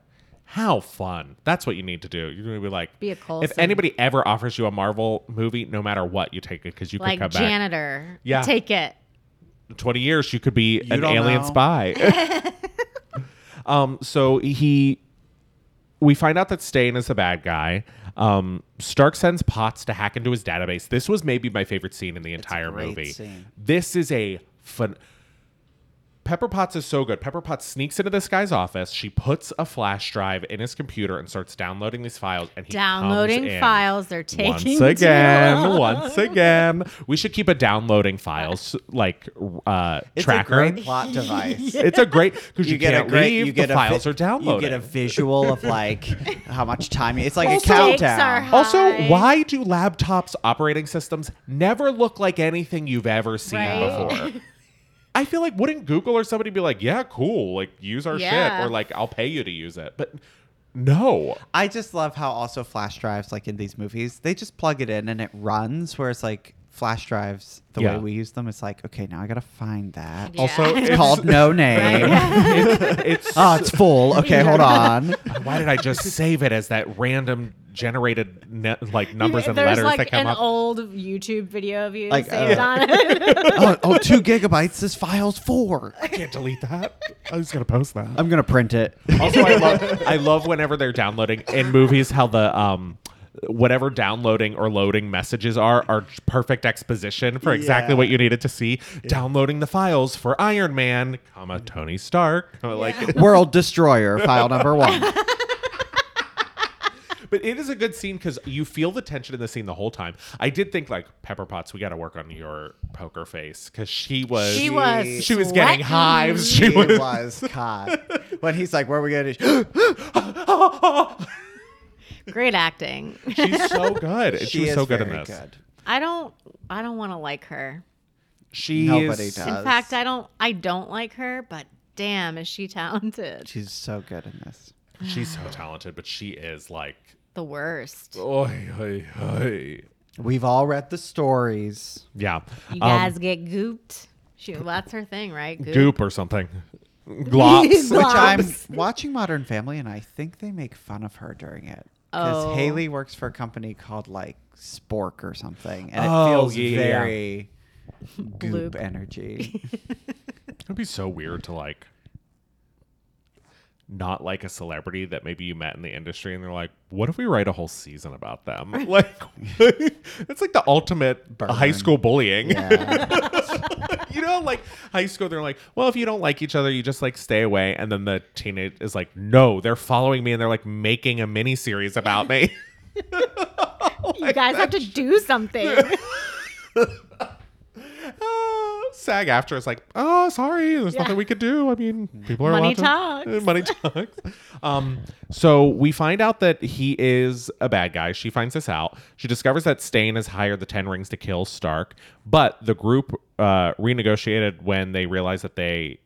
How fun. That's what you need to do. You're going to be like,
Be a
if
Coulson.
anybody ever offers you a Marvel movie, no matter what, you take it because you
like
could come back.
janitor.
Yeah.
Take it.
In 20 years, you could be an
don't
alien
know.
spy. um, so he, we find out that Stain is the bad guy. Um, Stark sends Potts to hack into his database. This was maybe my favorite scene in the entire
great
movie.
scene.
This is a fun. Pepper Potts is so good. Pepper Potts sneaks into this guy's office. She puts a flash drive in his computer and starts downloading these files. And he comes
Downloading
in.
files, they're taking
once
too
again.
long.
once again, we should keep a downloading files like uh,
It's
tracker.
a great plot device.
It's a great because you,
get
can't
a great.
leave.
you get
the
a vi-
files are downloaded.
You get a visual of like how much time. you- It's like a
Also-
countdown.
Takes are-
also,
Hi.
why do laptops operating systems never look like anything you've ever seen
Right?
before? I feel like wouldn't Google or somebody be like, "Yeah, cool, like use our
Yeah.
shit," or like, "I'll pay you to use it," but no,
I just love how also flash drives, like in these movies, they just plug it in and it runs. Whereas like flash drives, the
Yeah.
way we use them, it's like okay, now I gotta find that.
Yeah.
Also,
It's called no name.
it's
Uh,
Oh, it's full. Okay, hold on.
Why did I just save it as that random generated ne- like numbers and
There's
letters
like
that come
an
up?
old YouTube video of you
Like,
saved
uh,
on it.
Oh, oh, two gigabytes. This file's four.
I can't delete that. I was gonna post that.
I'm gonna print it.
also, I love I love whenever they're downloading in movies how the um whatever downloading or loading messages are are perfect exposition for exactly
Yeah.
what you needed to see. Downloading the files for Iron Man, comma Tony Stark. comma, Like,
World Destroyer, file number one.
but it is a good scene because you feel the tension in the scene the whole time. I did think like Pepper Potts, we got to work on your poker face because she was
She was
she was getting
sweating.
hives. She
He
was
was caught. When he's like, where are we going to.
Great acting.
she's so good. She, was so good in this.
I don't I don't want to like her.
She
Nobody
is-
does.
In fact, I don't I don't like her, but damn, is she talented.
She's so good in this.
She's so talented, but she is like
The worst.
Oy, oy, oy.
We've all read the stories.
Yeah.
You
Um,
guys get gooped. Shoot, that's her thing, right?
goop or something. Glops.
Which I'm
Glops.
watching Modern Family, and I think they make fun of her during it. Because
Oh.
Haley works for a company called like Spork or something, and it
Oh,
feels
yeah, yeah, yeah.
very goop
Bloop.
energy.
It'd be so weird to like not like a celebrity that maybe you met in the industry and they're like, what if we write a whole season about them? Like it's like the ultimate high
Burn.
school bullying.
Yeah.
you know, like high school, they're like, well, if you don't like each other, you just like stay away. And then the teenage is like, no, they're following me and they're like making a mini series about me.
You guys have to do something.
Ah, SAG after is like, oh, sorry, there's nothing we could do. I mean, people are
Money
watching.
talks.
Uh, Money talks. Um, so we find out that he is a bad guy. She finds this out. She discovers that Stain has hired the Ten Rings to kill Stark, but the group uh, renegotiated when they realized that they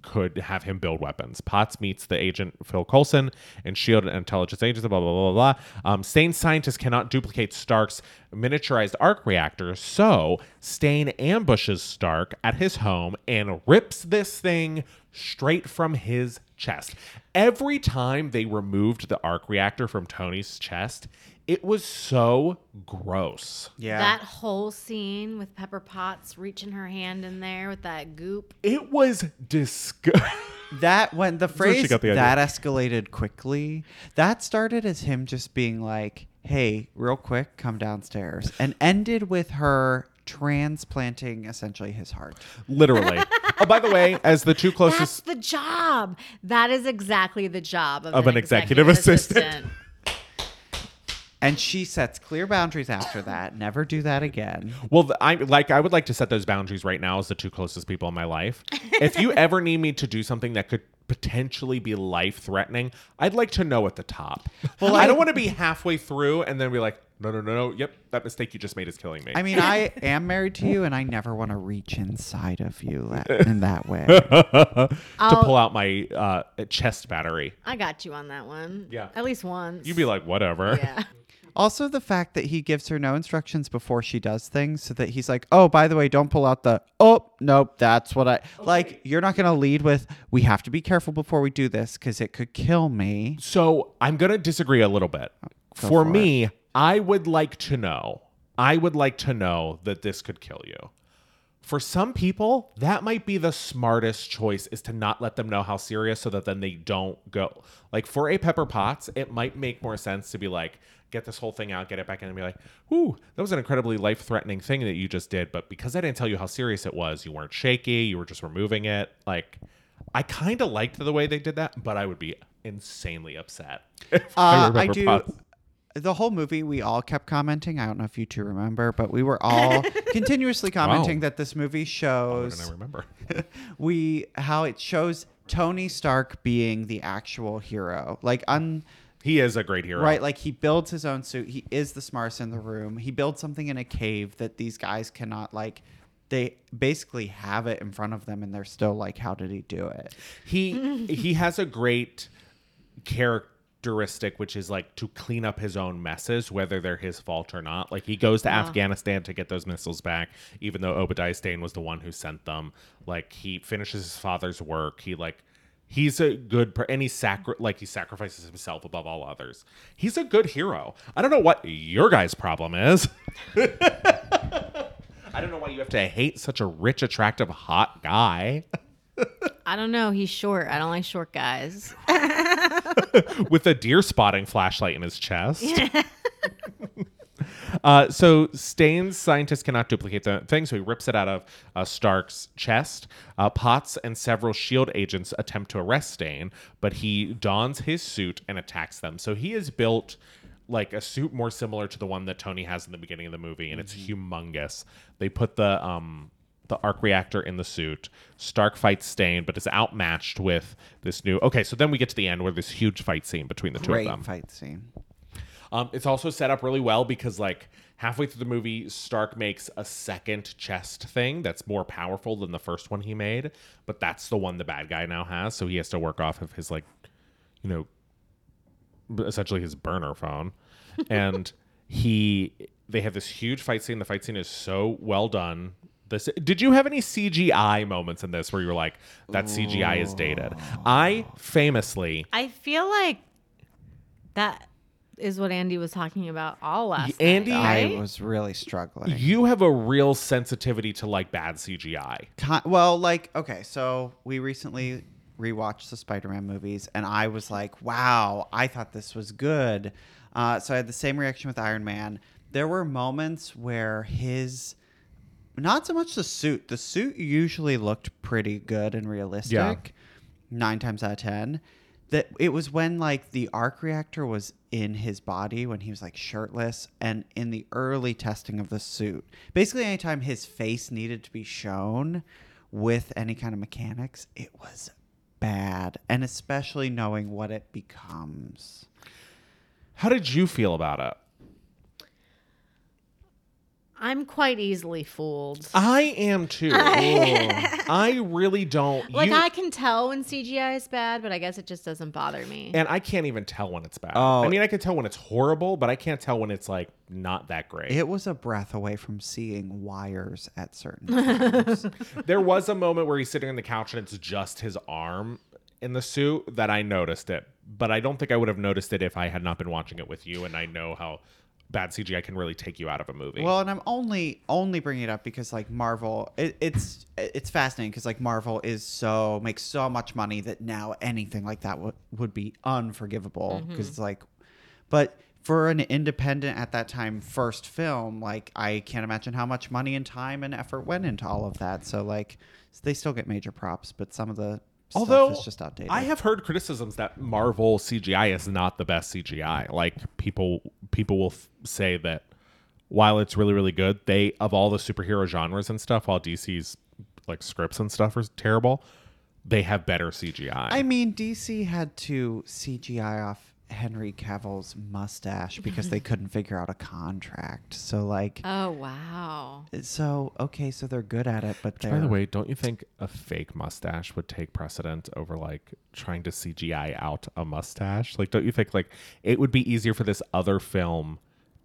could have him build weapons. Potts meets the agent Phil Coulson and Shield E and intelligence agents. Blah blah blah blah. blah. Um, Stain's scientists cannot duplicate Stark's miniaturized arc reactor, so Stain ambushes Stark at his home and rips this thing straight from his chest. Every time they removed the arc reactor from Tony's chest, it was so gross.
yeah.
That whole scene with Pepper Potts reaching her hand in there with that goop.
It was disgusting.
That when the
where she
phrase
got the idea.
that escalated quickly, that started as him just being like, "Hey, real quick, come downstairs," and ended with her transplanting essentially his heart.
Literally. oh, by the way, as the two
That's
closest
the job. That is exactly the job of,
Of an executive assistant.
And she sets clear boundaries after that. Never do that again.
Well, th- I like I would like to set those boundaries right now as the two closest people in my life. if you ever need me to do something that could potentially be life threatening, I'd like to know at the top. Well, I, don't want to be halfway through and then be like, no, no, no, no. Yep, that mistake you just made is killing me.
I mean, I am married to you, and I never want to reach inside of you la- in that way.
to
I'll-
pull out my uh, chest battery.
I got you on that one.
Yeah.
At least once.
You'd be like, whatever.
yeah.
Also, the fact that he gives her no instructions before she does things, so that he's like, "Oh, by the way, don't pull out the oh, nope, that's what I like." You're not gonna lead with, "We have to be careful before we do this because it could kill me."
So I'm going to disagree a little bit. For,
for
me, I would like to know. I would like to know that this could kill you. For some people, that might be the smartest choice is to not let them know how serious so that then they don't go. Like for a Pepper Potts, it might make more sense to be like, get this whole thing out, get it back in, and be like, "Ooh, that was an incredibly life-threatening thing that you just did." But because I didn't tell you how serious it was, you weren't shaky. You were just removing it. Like, I kind of liked the way they did that, but I would be insanely upset. if
Uh, I,
remember
do.
Pops.
The whole movie, we all kept commenting. I don't know if you two remember, but we were all continuously commenting
Wow.
that this movie
Longer
shows
than I remember.
we how it shows Tony Stark being the actual hero, like un.
He is a great hero.
Right, like he builds his own suit. He is the smartest in the room. He builds something in a cave that these guys cannot like. They basically have it in front of them, and they're still like, "How did he do it?"
he he has a great characteristic which is like to clean up his own messes whether they're his fault or not like he goes to afghanistan to get those missiles back even though obadiah stane was the one who sent them like he finishes his father's work he like he's a good per- and he sacri- like he sacrifices himself above all others he's a good hero i don't know what your guys problem is i don't know why you have to hate such a rich attractive hot guy
I don't know. He's short. I don't like short guys.
with a deer spotting flashlight in his chest. uh, so Stain's scientist cannot duplicate the thing, so he rips it out of uh, Stark's chest. Uh, Potts and several S.H.I.E.L.D. E agents attempt to arrest Stain, but he dons his suit and attacks them. So he is built like a suit more similar to the one that Tony has in the beginning of the movie, and it's humongous. They put the um, the arc reactor in the suit. Stark fights Stain, but is outmatched with this new. Okay, so then we get to the end where this huge fight scene between the two
Great
of them.
fight scene.
Um, it's also set up really well because like halfway through the movie, Stark makes a second chest thing that's more powerful than the first one he made, but that's the one the bad guy now has, so he has to work off of his like, you know, b- essentially his burner phone, and he they have this huge fight scene. The fight scene is so well done. This did you have any CGI moments in this where you were like, that CGI is dated? I famously
I feel like that is what Andy was talking about all last
Andy-
night,
I
right?
was really struggling.
you have a real sensitivity to like bad CGI.
Ki well, like, okay, so we recently rewatched the Spider Man movies, and I was like, wow, I thought this was good. Uh, so I had the same reaction with Iron Man. There were moments where his, not so much the suit, the suit usually looked pretty good and realistic nine times out of ten that it was when like the arc reactor was in his body when he was like shirtless and in the early testing of the suit basically anytime his face needed to be shown with any kind of mechanics it was bad and especially knowing what it becomes
How did you feel about it?
I'm quite easily fooled.
I am too. I really don't.
like
you-
I can tell when CGI is bad, but I guess it just doesn't bother me.
and I can't even tell when it's bad.
Oh.
I mean, I can tell when it's horrible, but I can't tell when it's like not that great.
it was a breath away from seeing wires at certain times
there was a moment where he's sitting on the couch and it's just his arm in the suit that I noticed it, but I don't think I would have noticed it if I had not been watching it with you. And I know how bad CGI can really take you out of a movie.
Well, and I'm only only bringing it up because like Marvel, it, it's it's fascinating because like Marvel is so makes so much money that now anything like that would would be unforgivable
Mm-hmm.
because it's like, but for an independent at that time first film, like I can't imagine how much money and time and effort went into all of that. So like they still get major props, but some of the
Although
stuff is just outdated.
I have heard criticisms that Marvel CGI is not the best CGI. Like people people will f- say that while it's really really good, they of all the superhero genres and stuff, while DC's like scripts and stuff are terrible, they have better CGI.
I mean, DC had to CGI off Henry Cavill's mustache because they couldn't figure out a contract. So like,
oh wow.
so okay, so they're good at it, but they're
By the way, don't you think a fake mustache would take precedent over like trying to CGI out a mustache? Like, don't you think like it would be easier for this other film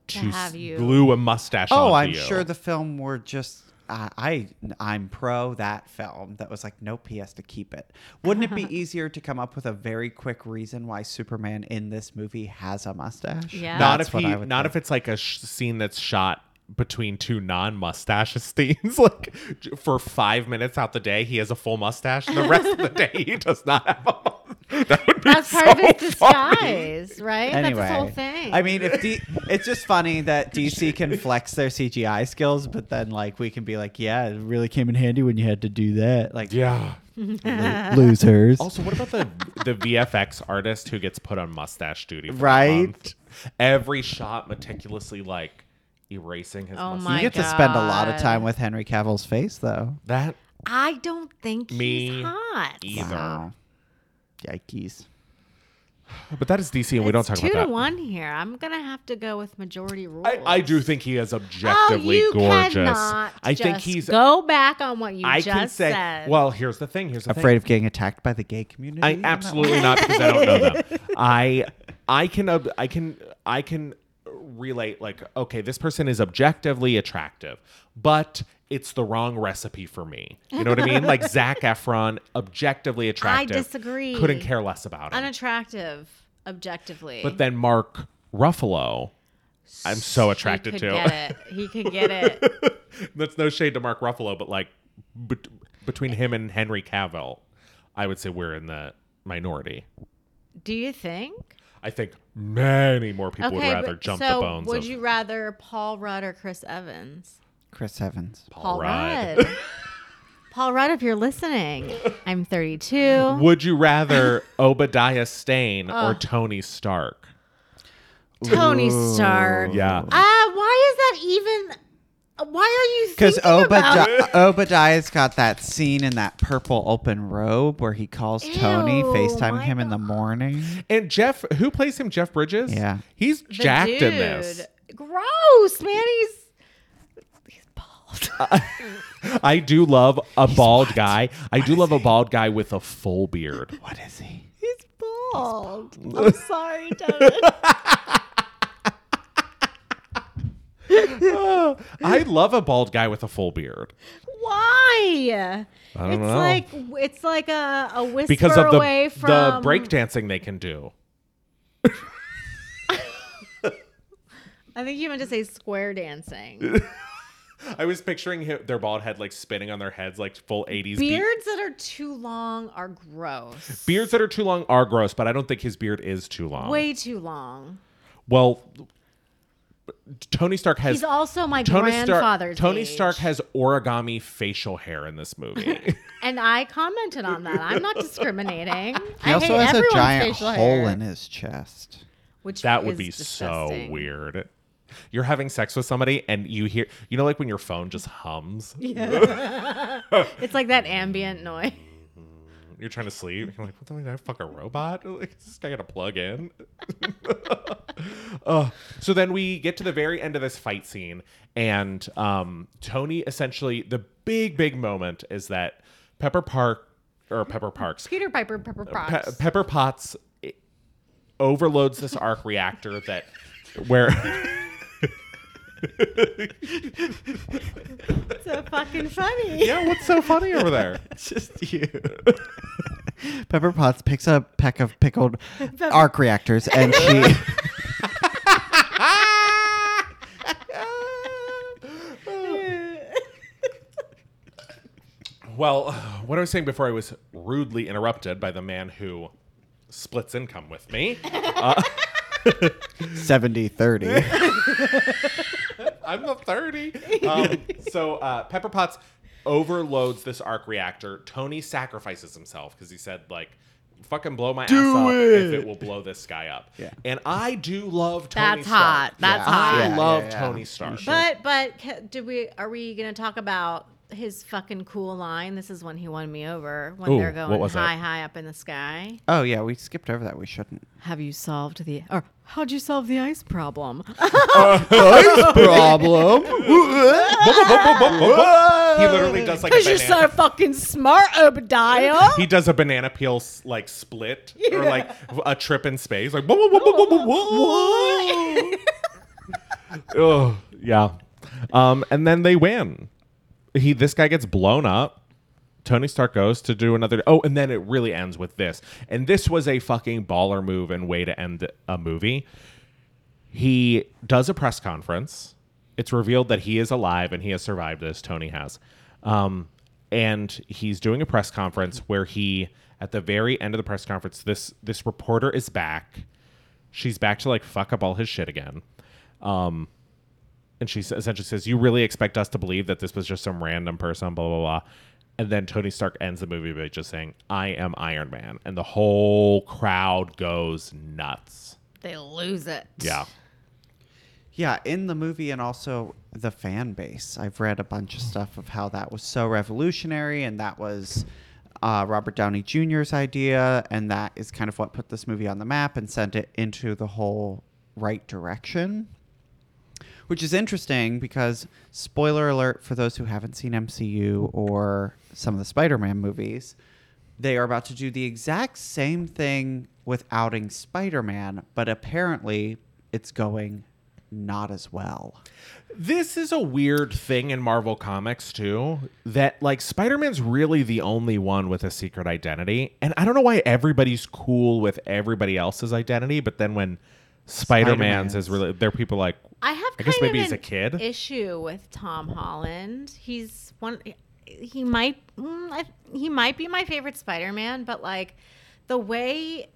to,
have
s-
you-
glue a mustache?
oh,
onto
I'm
you?
sure the film were just. I I I'm pro that film that was like nope he has to keep it. Wouldn't it be easier to come up with a very quick reason why Superman in this movie has a mustache?
Yeah.
not
That's
if
what
he,
I would
not
think.
if it's like a sh- scene that's shot between two non-mustache scenes like j- for five minutes out the day he has a full mustache and the rest of the day he does not have a mustache
That would be
That's
so
part of his
funny.
disguise, right?
Anyway,
That's his whole thing.
I mean, if D- it's just funny that DC can flex their CGI skills, but then like we can be like, yeah, it really came in handy when you had to do that, like
Yeah.
lo-
Oh
losers.
Also, what about the the VFX artist who gets put on mustache duty? for a
Right?
month? Every shot meticulously like erasing his.
Oh
mustache.
my
you get to spend a lot of
God.
time with Henry Cavill's face, though.
That
I don't think
Me
he's hot.
either.
Wow. Yikes!
But that is DC, and we don't
It's
talk
two
about that.
to one here. I'm gonna have to go with majority rule.
I, I do think he is objectively
oh, you
gorgeous.
Cannot
I think
just
he's.
go back on what you
I
just
can say.
said.
Well, here's the thing. Here's the
Afraid
thing.
of getting attacked by the gay community?
I
on that
absolutely not because I don't know them. I I can ob- I can I can relate like okay, this person is objectively attractive, but it's the wrong recipe for me. You know what I mean? Like Zach Efron, objectively attractive.
disagree.
Couldn't care less about him.
unattractive objectively.
but then Mark Ruffalo, I'm so attracted
he could
to.
Get it. He could get it.
That's no shade to Mark Ruffalo, but like bet between him and Henry Cavill, I would say we're in the minority.
Do you think?
I think many more people would
Okay,
rather
but
jump
so
the bones.
would
of
you rather Paul Rudd or Chris Evans?
Chris Evans.
Paul Rudd. Paul Rudd, if you're listening, I'm 32.
Would you rather Obadiah Stane or Tony Stark?
Tony
Oh.
Stark.
Yeah.
Ah, why is that even? Why are you?
Because
Because
Obadi- Obadiah's got that scene in that purple open robe where he calls Tony,
Ew,
FaceTiming
my
him in the morning.
And Jeff, who plays him? Jeff Bridges?
Yeah.
He's jacked in this.
Gross, man. He's he's bald.
I do love a bald guy. I do love a bald guy with a full beard.
What is he?
he's bald. I'm sorry, Tony.
I love a bald guy with a full beard.
Why?
I don't
it's
know.
like it's like a a whisper
because of the,
away from
the breakdancing they can do.
I think you meant to say square dancing.
I was picturing him, their bald head like spinning on their heads like full 80s be-
Beards that are too long are gross.
Beards that are too long are gross, but I don't think his beard is too long.
Way too long.
Well, Tony Stark has
He's also my
Tony Stark.
grandfather's
Tony
age.
Stark has origami facial hair in this movie.
and I commented on that. I'm not discriminating.
He
I
also
hate
has a
everyone's
giant
facial
hole
hair,
in his chest.
which
that would
is
be
disgusting.
so weird. You're having sex with somebody and you hear, you know, like when your phone just hums.
It's like that ambient noise.
You're trying to sleep. You're like, what the fuck? Did I fuck a robot? Like, is this guy got to plug in? Ugh. Uh, so then we get to the very end of this fight scene, and um, Tony essentially the big big moment is that Pepper Park or Pepper Parks
Peter Piper Pepper Potts.
Pe- Pepper Potts i- overloads this arc reactor that where
so fucking funny.
yeah what's so funny over there
It's just you. Pepper Potts picks up a peck of pickled arc reactors and she.
well what i was saying before i was rudely interrupted by the man who splits income with me
70 30.
i'm the 30 um, so uh, pepper potts overloads this arc reactor tony sacrifices himself because he said like fucking blow my ass up if it will blow this guy up
Yeah.
and i do love tony
That's
Stark.
hot. That's
Yeah.
hot.
i
Yeah,
love
yeah, yeah.
tony stark
But but ca- do we are we gonna talk about his fucking cool line? This is when he won me over when
Ooh,
they're
what
going
was that?
high high up in the sky.
Oh, yeah, we skipped over that. We shouldn't.
Have you solved the or how'd you solve the ice problem?
Problem.
he literally does like a
Because you're
banana.
so fucking smart, Obadiah.
he does a banana peel s- like split or like a trip in space, like whoa, whoa, whoa, whoa, whoa, whoa, whoa. Ugh, yeah. Um, and then they win. He this guy gets blown up. Tony Stark goes to do another. Oh, and then it really ends with this. And this was a fucking baller move and way to end a movie. He does a press conference. It's revealed that he is alive and he has survived this. Tony has. Um, and he's doing a press conference where he at the very end of the press conference this this reporter is back she's back to like fuck up all his shit again um and she s- essentially says you really expect us to believe that this was just some random person blah blah blah and then tony stark ends the movie by just saying i am iron man and the whole crowd goes nuts
They lose it.
yeah
Yeah, in the movie and also the fan base. I've read a bunch of stuff of how that was so revolutionary and that was uh, Robert Downey Jr.'s idea. And that is kind of what put this movie on the map and sent it into the whole right direction. Which is interesting because, spoiler alert for those who haven't seen MCU or some of the Spider Man movies, they are about to do the exact same thing with outing Spider Man, but apparently it's going not as well.
This is a weird thing in Marvel Comics too that like Spider-Man's really the only one with a secret identity and I don't know why everybody's cool with everybody else's identity but then when Spider-Man's,
Spider-Man's.
is really there are people like
I have.
I guess
kind of
maybe as
an
a kid.
Issue with Tom Holland. He's one. He might. mm, I, he might be my favorite Spider-Man, but like the way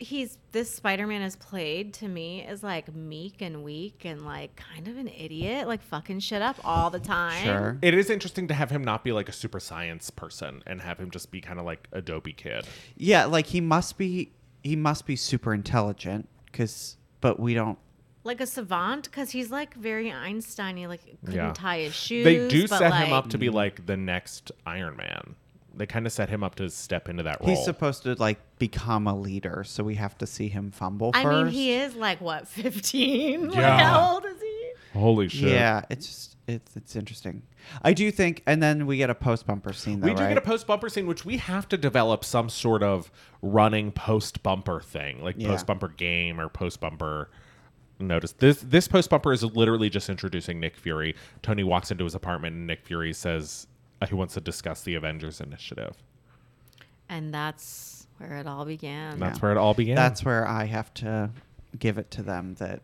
he's this Spider-Man is played to me is like meek and weak and like kind of an idiot, like fucking shit up all the time.
Sure.
it is interesting to have him not be like a super science person and have him just be kind of like a dopey kid.
Yeah, like he must be he must be super intelligent cuz but we don't
Like a savant because he's like very Einstein. He like couldn't
Yeah.
tie his shoes.
they do
but,
set
like,
him up to be like the next Iron Man. They kind of set him up to step into that role.
he's supposed to like become a leader, so we have to see him fumble
I
first.
mean, he is like what fifteen. Like,
Yeah.
how old is he?
Holy shit.
Yeah, it's just it's it's interesting. I do think and then we get a post bumper scene though,
We do
right?
get a post bumper scene, which we have to develop some sort of running post bumper thing, like
Yeah.
post bumper game or post bumper notice. This this post bumper is literally just introducing Nick Fury. Tony walks into his apartment, and Nick Fury says uh, he wants to discuss the Avengers Initiative.
And that's where it all began.
And that's where it all began.
That's where I have to give it to them that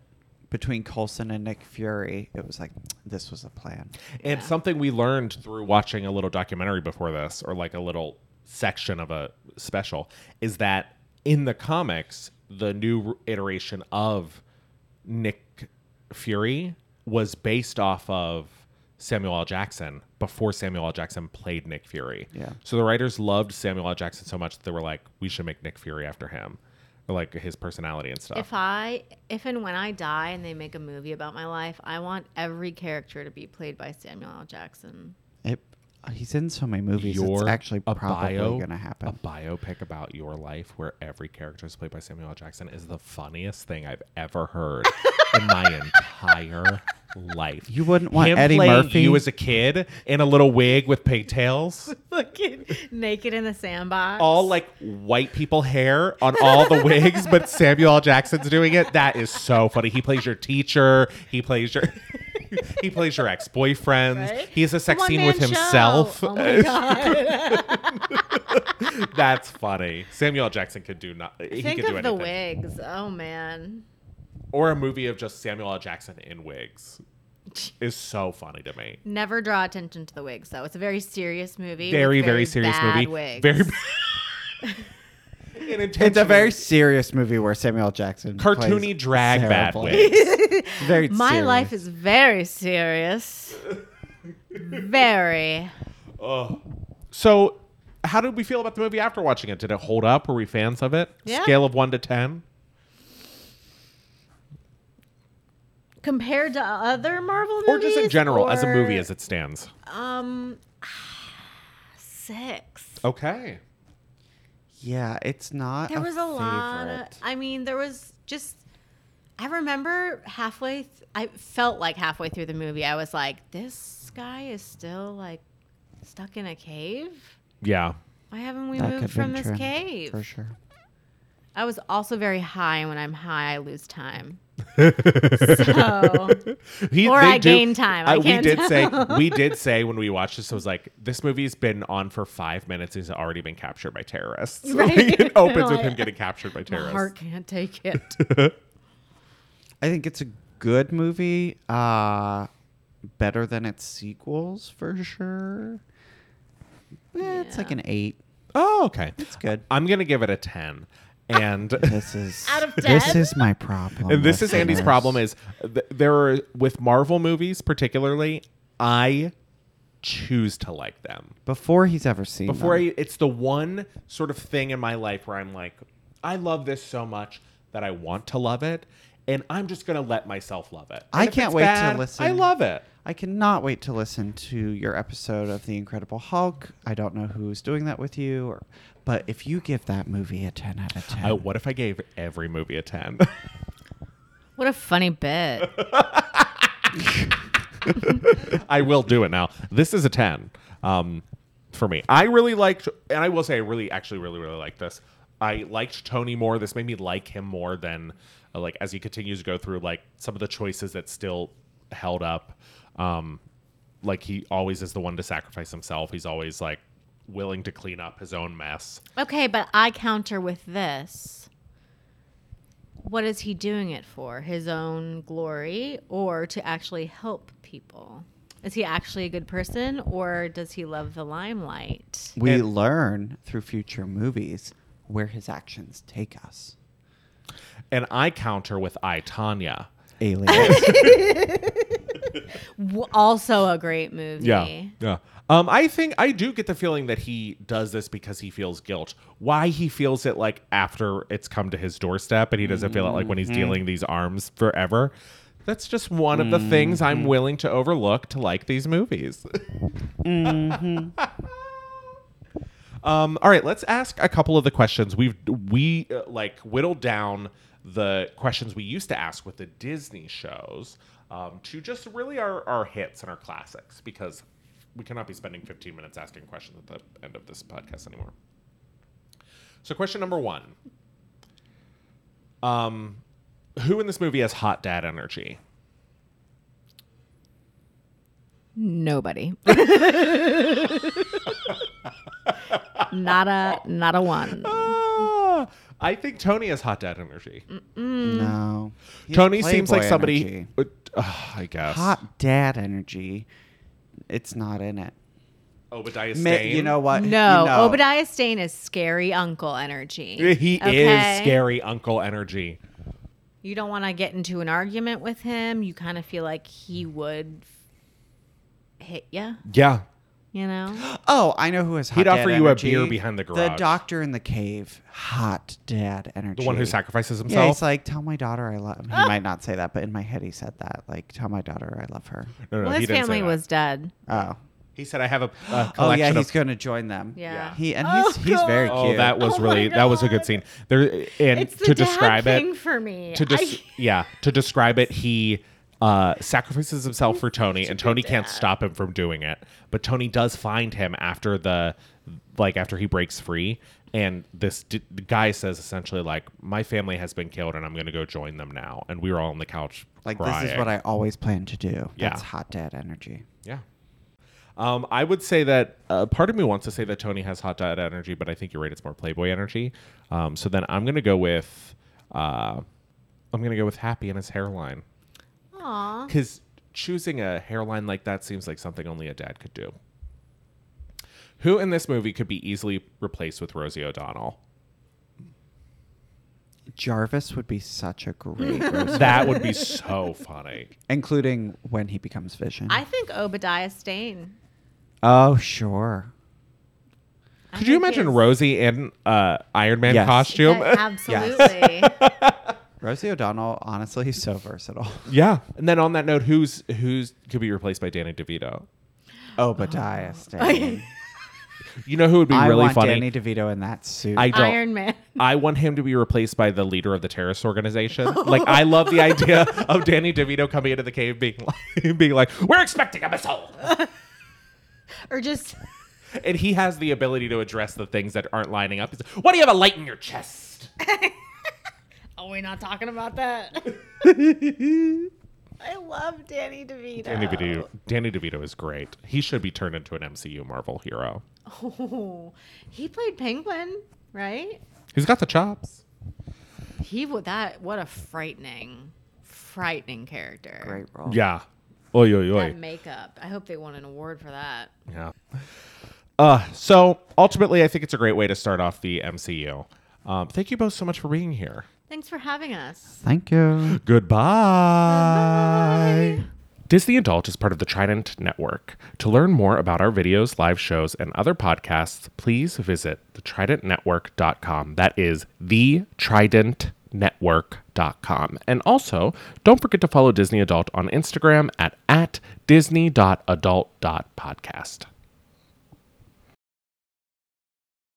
between Colson and Nick Fury, it was like this was a plan.
and something we learned through watching a little documentary before this, or like a little section of a special, is that in the comics, the new iteration of Nick Fury was based off of Samuel L. Jackson before Samuel L. Jackson played Nick Fury.
Yeah.
So the writers loved Samuel L. Jackson so much that they were like, we should make Nick Fury after him, or like his personality and stuff.
If I, if and when I die and they make a movie about my life, I want every character to be played by Samuel L. Jackson.
It he's in so many movies. it's actually
a
probably
bio-
going to happen.
A biopic about your life where every character is played by Samuel L. Jackson is the funniest thing I've ever heard in my entire life.
You wouldn't want
Him
Eddie
playing
Murphy?
You as a kid in a little wig with pigtails,
Fucking naked in the sandbox.
all like white people hair on all the wigs, but Samuel L. Jackson's doing it. That is so funny. He plays your teacher. He plays your. He plays your ex boyfriends.
Right?
He has a sex scene
one-man
with
show.
himself.
Oh my God.
That's funny. Samuel L. Jackson could do not. He
Think
could do
of the
anything.
wigs. Oh man.
Or a movie of just Samuel L. Jackson in wigs is so funny to me.
Never draw attention to the wigs, though. It's a very serious movie. with
Very, very, serious
bad
movie.
Wigs.
Very.
It's a very serious movie where Samuel L. Jackson
cartoony
plays
drag
Sarah
bad
Blake.
wigs.
Very
My
serious.
life is very serious. very.
so, how did we feel about the movie after watching it? Did it hold up? Were we fans of it?
Yeah.
Scale of one to ten.
Compared to other Marvel movies,
Or just in general, as a movie
or-
as it stands.
Um, six.
Okay.
Yeah, it's not.
There was a lot. Of,
favorite.
I mean, there was just. I remember halfway. Th- I felt like halfway through the movie, I was like, "This guy is still like stuck in a cave.
Yeah.
Why haven't we
That could
moved
have
from
been
this
true,
cave?"
for sure.
I was also very high, and when I'm high, I lose time. so
He-
Or
they
I gain time. I
uh, we
can't
did
tell.
say we did say when we watched this, it was like this movie's been on for five minutes. He's already been captured by terrorists.
Right.
Like, it opens with
Like-
him getting captured by
my
terrorists.
heart can't take it.
I think it's a good movie. Uh, better than its sequels for sure. eh, it's like
Yeah.
an eight.
Oh, okay.
It's good.
I'm gonna give it a ten, and
This is
Out of
This
10?
is Oh my problem.
and this is
listeners.
Andy's problem is th- there are with Marvel movies particularly, I choose to like them.
before he's ever seen.
Before
them.
I, it's the one sort of thing in my life where I'm like, I love this so much that I want to love it, and I'm just gonna let myself love it.
I
And if
can't
it's
wait to
bad, I
listen.
love it.
I cannot wait to listen to your episode of The Incredible Hulk. I don't know who's doing that with you, or, but if you give that movie a 10 out of 10,
Oh, what if I gave every movie a ten?
What a funny bit.
I will do it now. This is a 10 um, for me. I really liked, and I will say, I really, actually, really, really liked this. I liked Tony more. This made me like him more than, uh, like, as he continues to go through, like, some of the choices that still held up. Um, like, he always is the one to sacrifice himself. He's always, like, willing to clean up his own mess.
Okay, but I counter with this. What is he doing it for? His own glory or to actually help people? Is he actually a good person or does he love the limelight?
we learn through future movies where his actions take us.
And I counter with I, Tanya.
Aliens.
W- Also, a great movie.
Yeah. Yeah. Um, I think I do get the feeling that he does this because he feels guilt. Why he feels it like after it's come to his doorstep and he doesn't feel it like when he's dealing these arms forever. That's just one of the things I'm willing to overlook to like these movies. Um, all right, let's ask a couple of the questions we've we uh, like whittled down the questions we used to ask with the Disney shows um, to just really our our hits and our classics because we cannot be spending 15 minutes asking questions at the end of this podcast anymore. So, question number one: um, Who in this movie has hot dad energy?
Nobody. not a not a one.
Ah, I think Tony has hot dad energy.
Mm.
no. He has
Tony seems like
Mm, Playboy
somebody.
energy.
Uh, I guess.
Hot dad energy. It's not in it.
Obadiah
Ma-
Stane.
you know what?
No,
You know-
Obadiah Stane is scary uncle energy.
He is
Okay?
scary uncle energy.
You don't want to get into an argument with him. You kind of feel like he
Mm.
would f- hit you,
Yeah.
you know?
Oh, I know who has hot
He'd
dad
offer you a
energy.
beer behind the
The
garage.
doctor in the cave. Hot dad energy.
The one who sacrifices himself.
Yeah, he's like, tell my daughter I love. He might not say that, but in my head he said that. Like, tell my daughter I love her.
no, no,
well,
he
his
didn't say
family
that.
was dead.
Oh,
He said, "I have a, a collection
oh yeah,
of."
he's going to join them.
Yeah.
Yeah.
He and
Oh,
he's he's very cute.
oh, that was
Oh my
really that was a good
God.
scene. There and
It's the
to describe
dad thing
it
for me.
to
I-
des- yeah to describe it he uh, sacrifices himself for Tony and Tony can't stop him from doing it. But Tony does find him after the like after he breaks free and this d- guy says essentially like my family has been killed and I'm going to go join them now and we were all on the couch
Like
crying.
this is what I always plan to do.
Yeah.
That's hot dad energy.
Yeah. Um, I would say that uh, part of me wants to say that Tony has hot dad energy, but I think you're right. It's more Playboy energy. Um, so then I'm gonna go with uh, I'm gonna go with Happy and his hairline
Aw.
because choosing a hairline like that seems like something only a dad could do. Who in this movie could be easily replaced with Rosie O'Donnell?
Jarvis would be such a great, roast,
That would be so funny.
including when he becomes Vision.
I think Obadiah Stane.
oh sure.
I
Could you
think
imagine
his-
Rosie in uh, Iron Man
Yes.
costume?
Yeah, absolutely.
Rosie O'Donnell, honestly, is so versatile.
yeah. And then on that note, who's who's could be replaced by Danny DeVito?
Obadiah Stane.
You know who would be
I
really
want
funny?
Danny DeVito in that suit.
I don't.
Iron Man.
I want him to be replaced by the leader of the terrorist organization. like I love the idea of Danny DeVito coming into the cave being like, being like, "We're expecting a missile,"
Or just
and he has the ability to address the things that aren't lining up. He's like, "Why do you have a light in your chest?"
Oh, we're not talking about that. I love Danny DeVito.
Danny DeVito. Danny DeVito is great. He should be turned into an MCU Marvel hero.
Oh, he played Penguin, right?
He's got the chops.
He would that. What a frightening, frightening character.
great role.
Yeah. Oy oy
That makeup. I hope they won an award for that.
Yeah.
Uh, so ultimately, I think it's a great way to start off the MCU. Um, thank you both so much for being here.
Thanks for having us.
Thank you.
Goodbye.
Disney Adult is part of the Trident Network. To learn more about our videos, live shows, and other podcasts, please visit thetridentnetwork.com. That is the Trident network.com and also don't forget to follow disney adult on instagram at, at disney.adult.podcast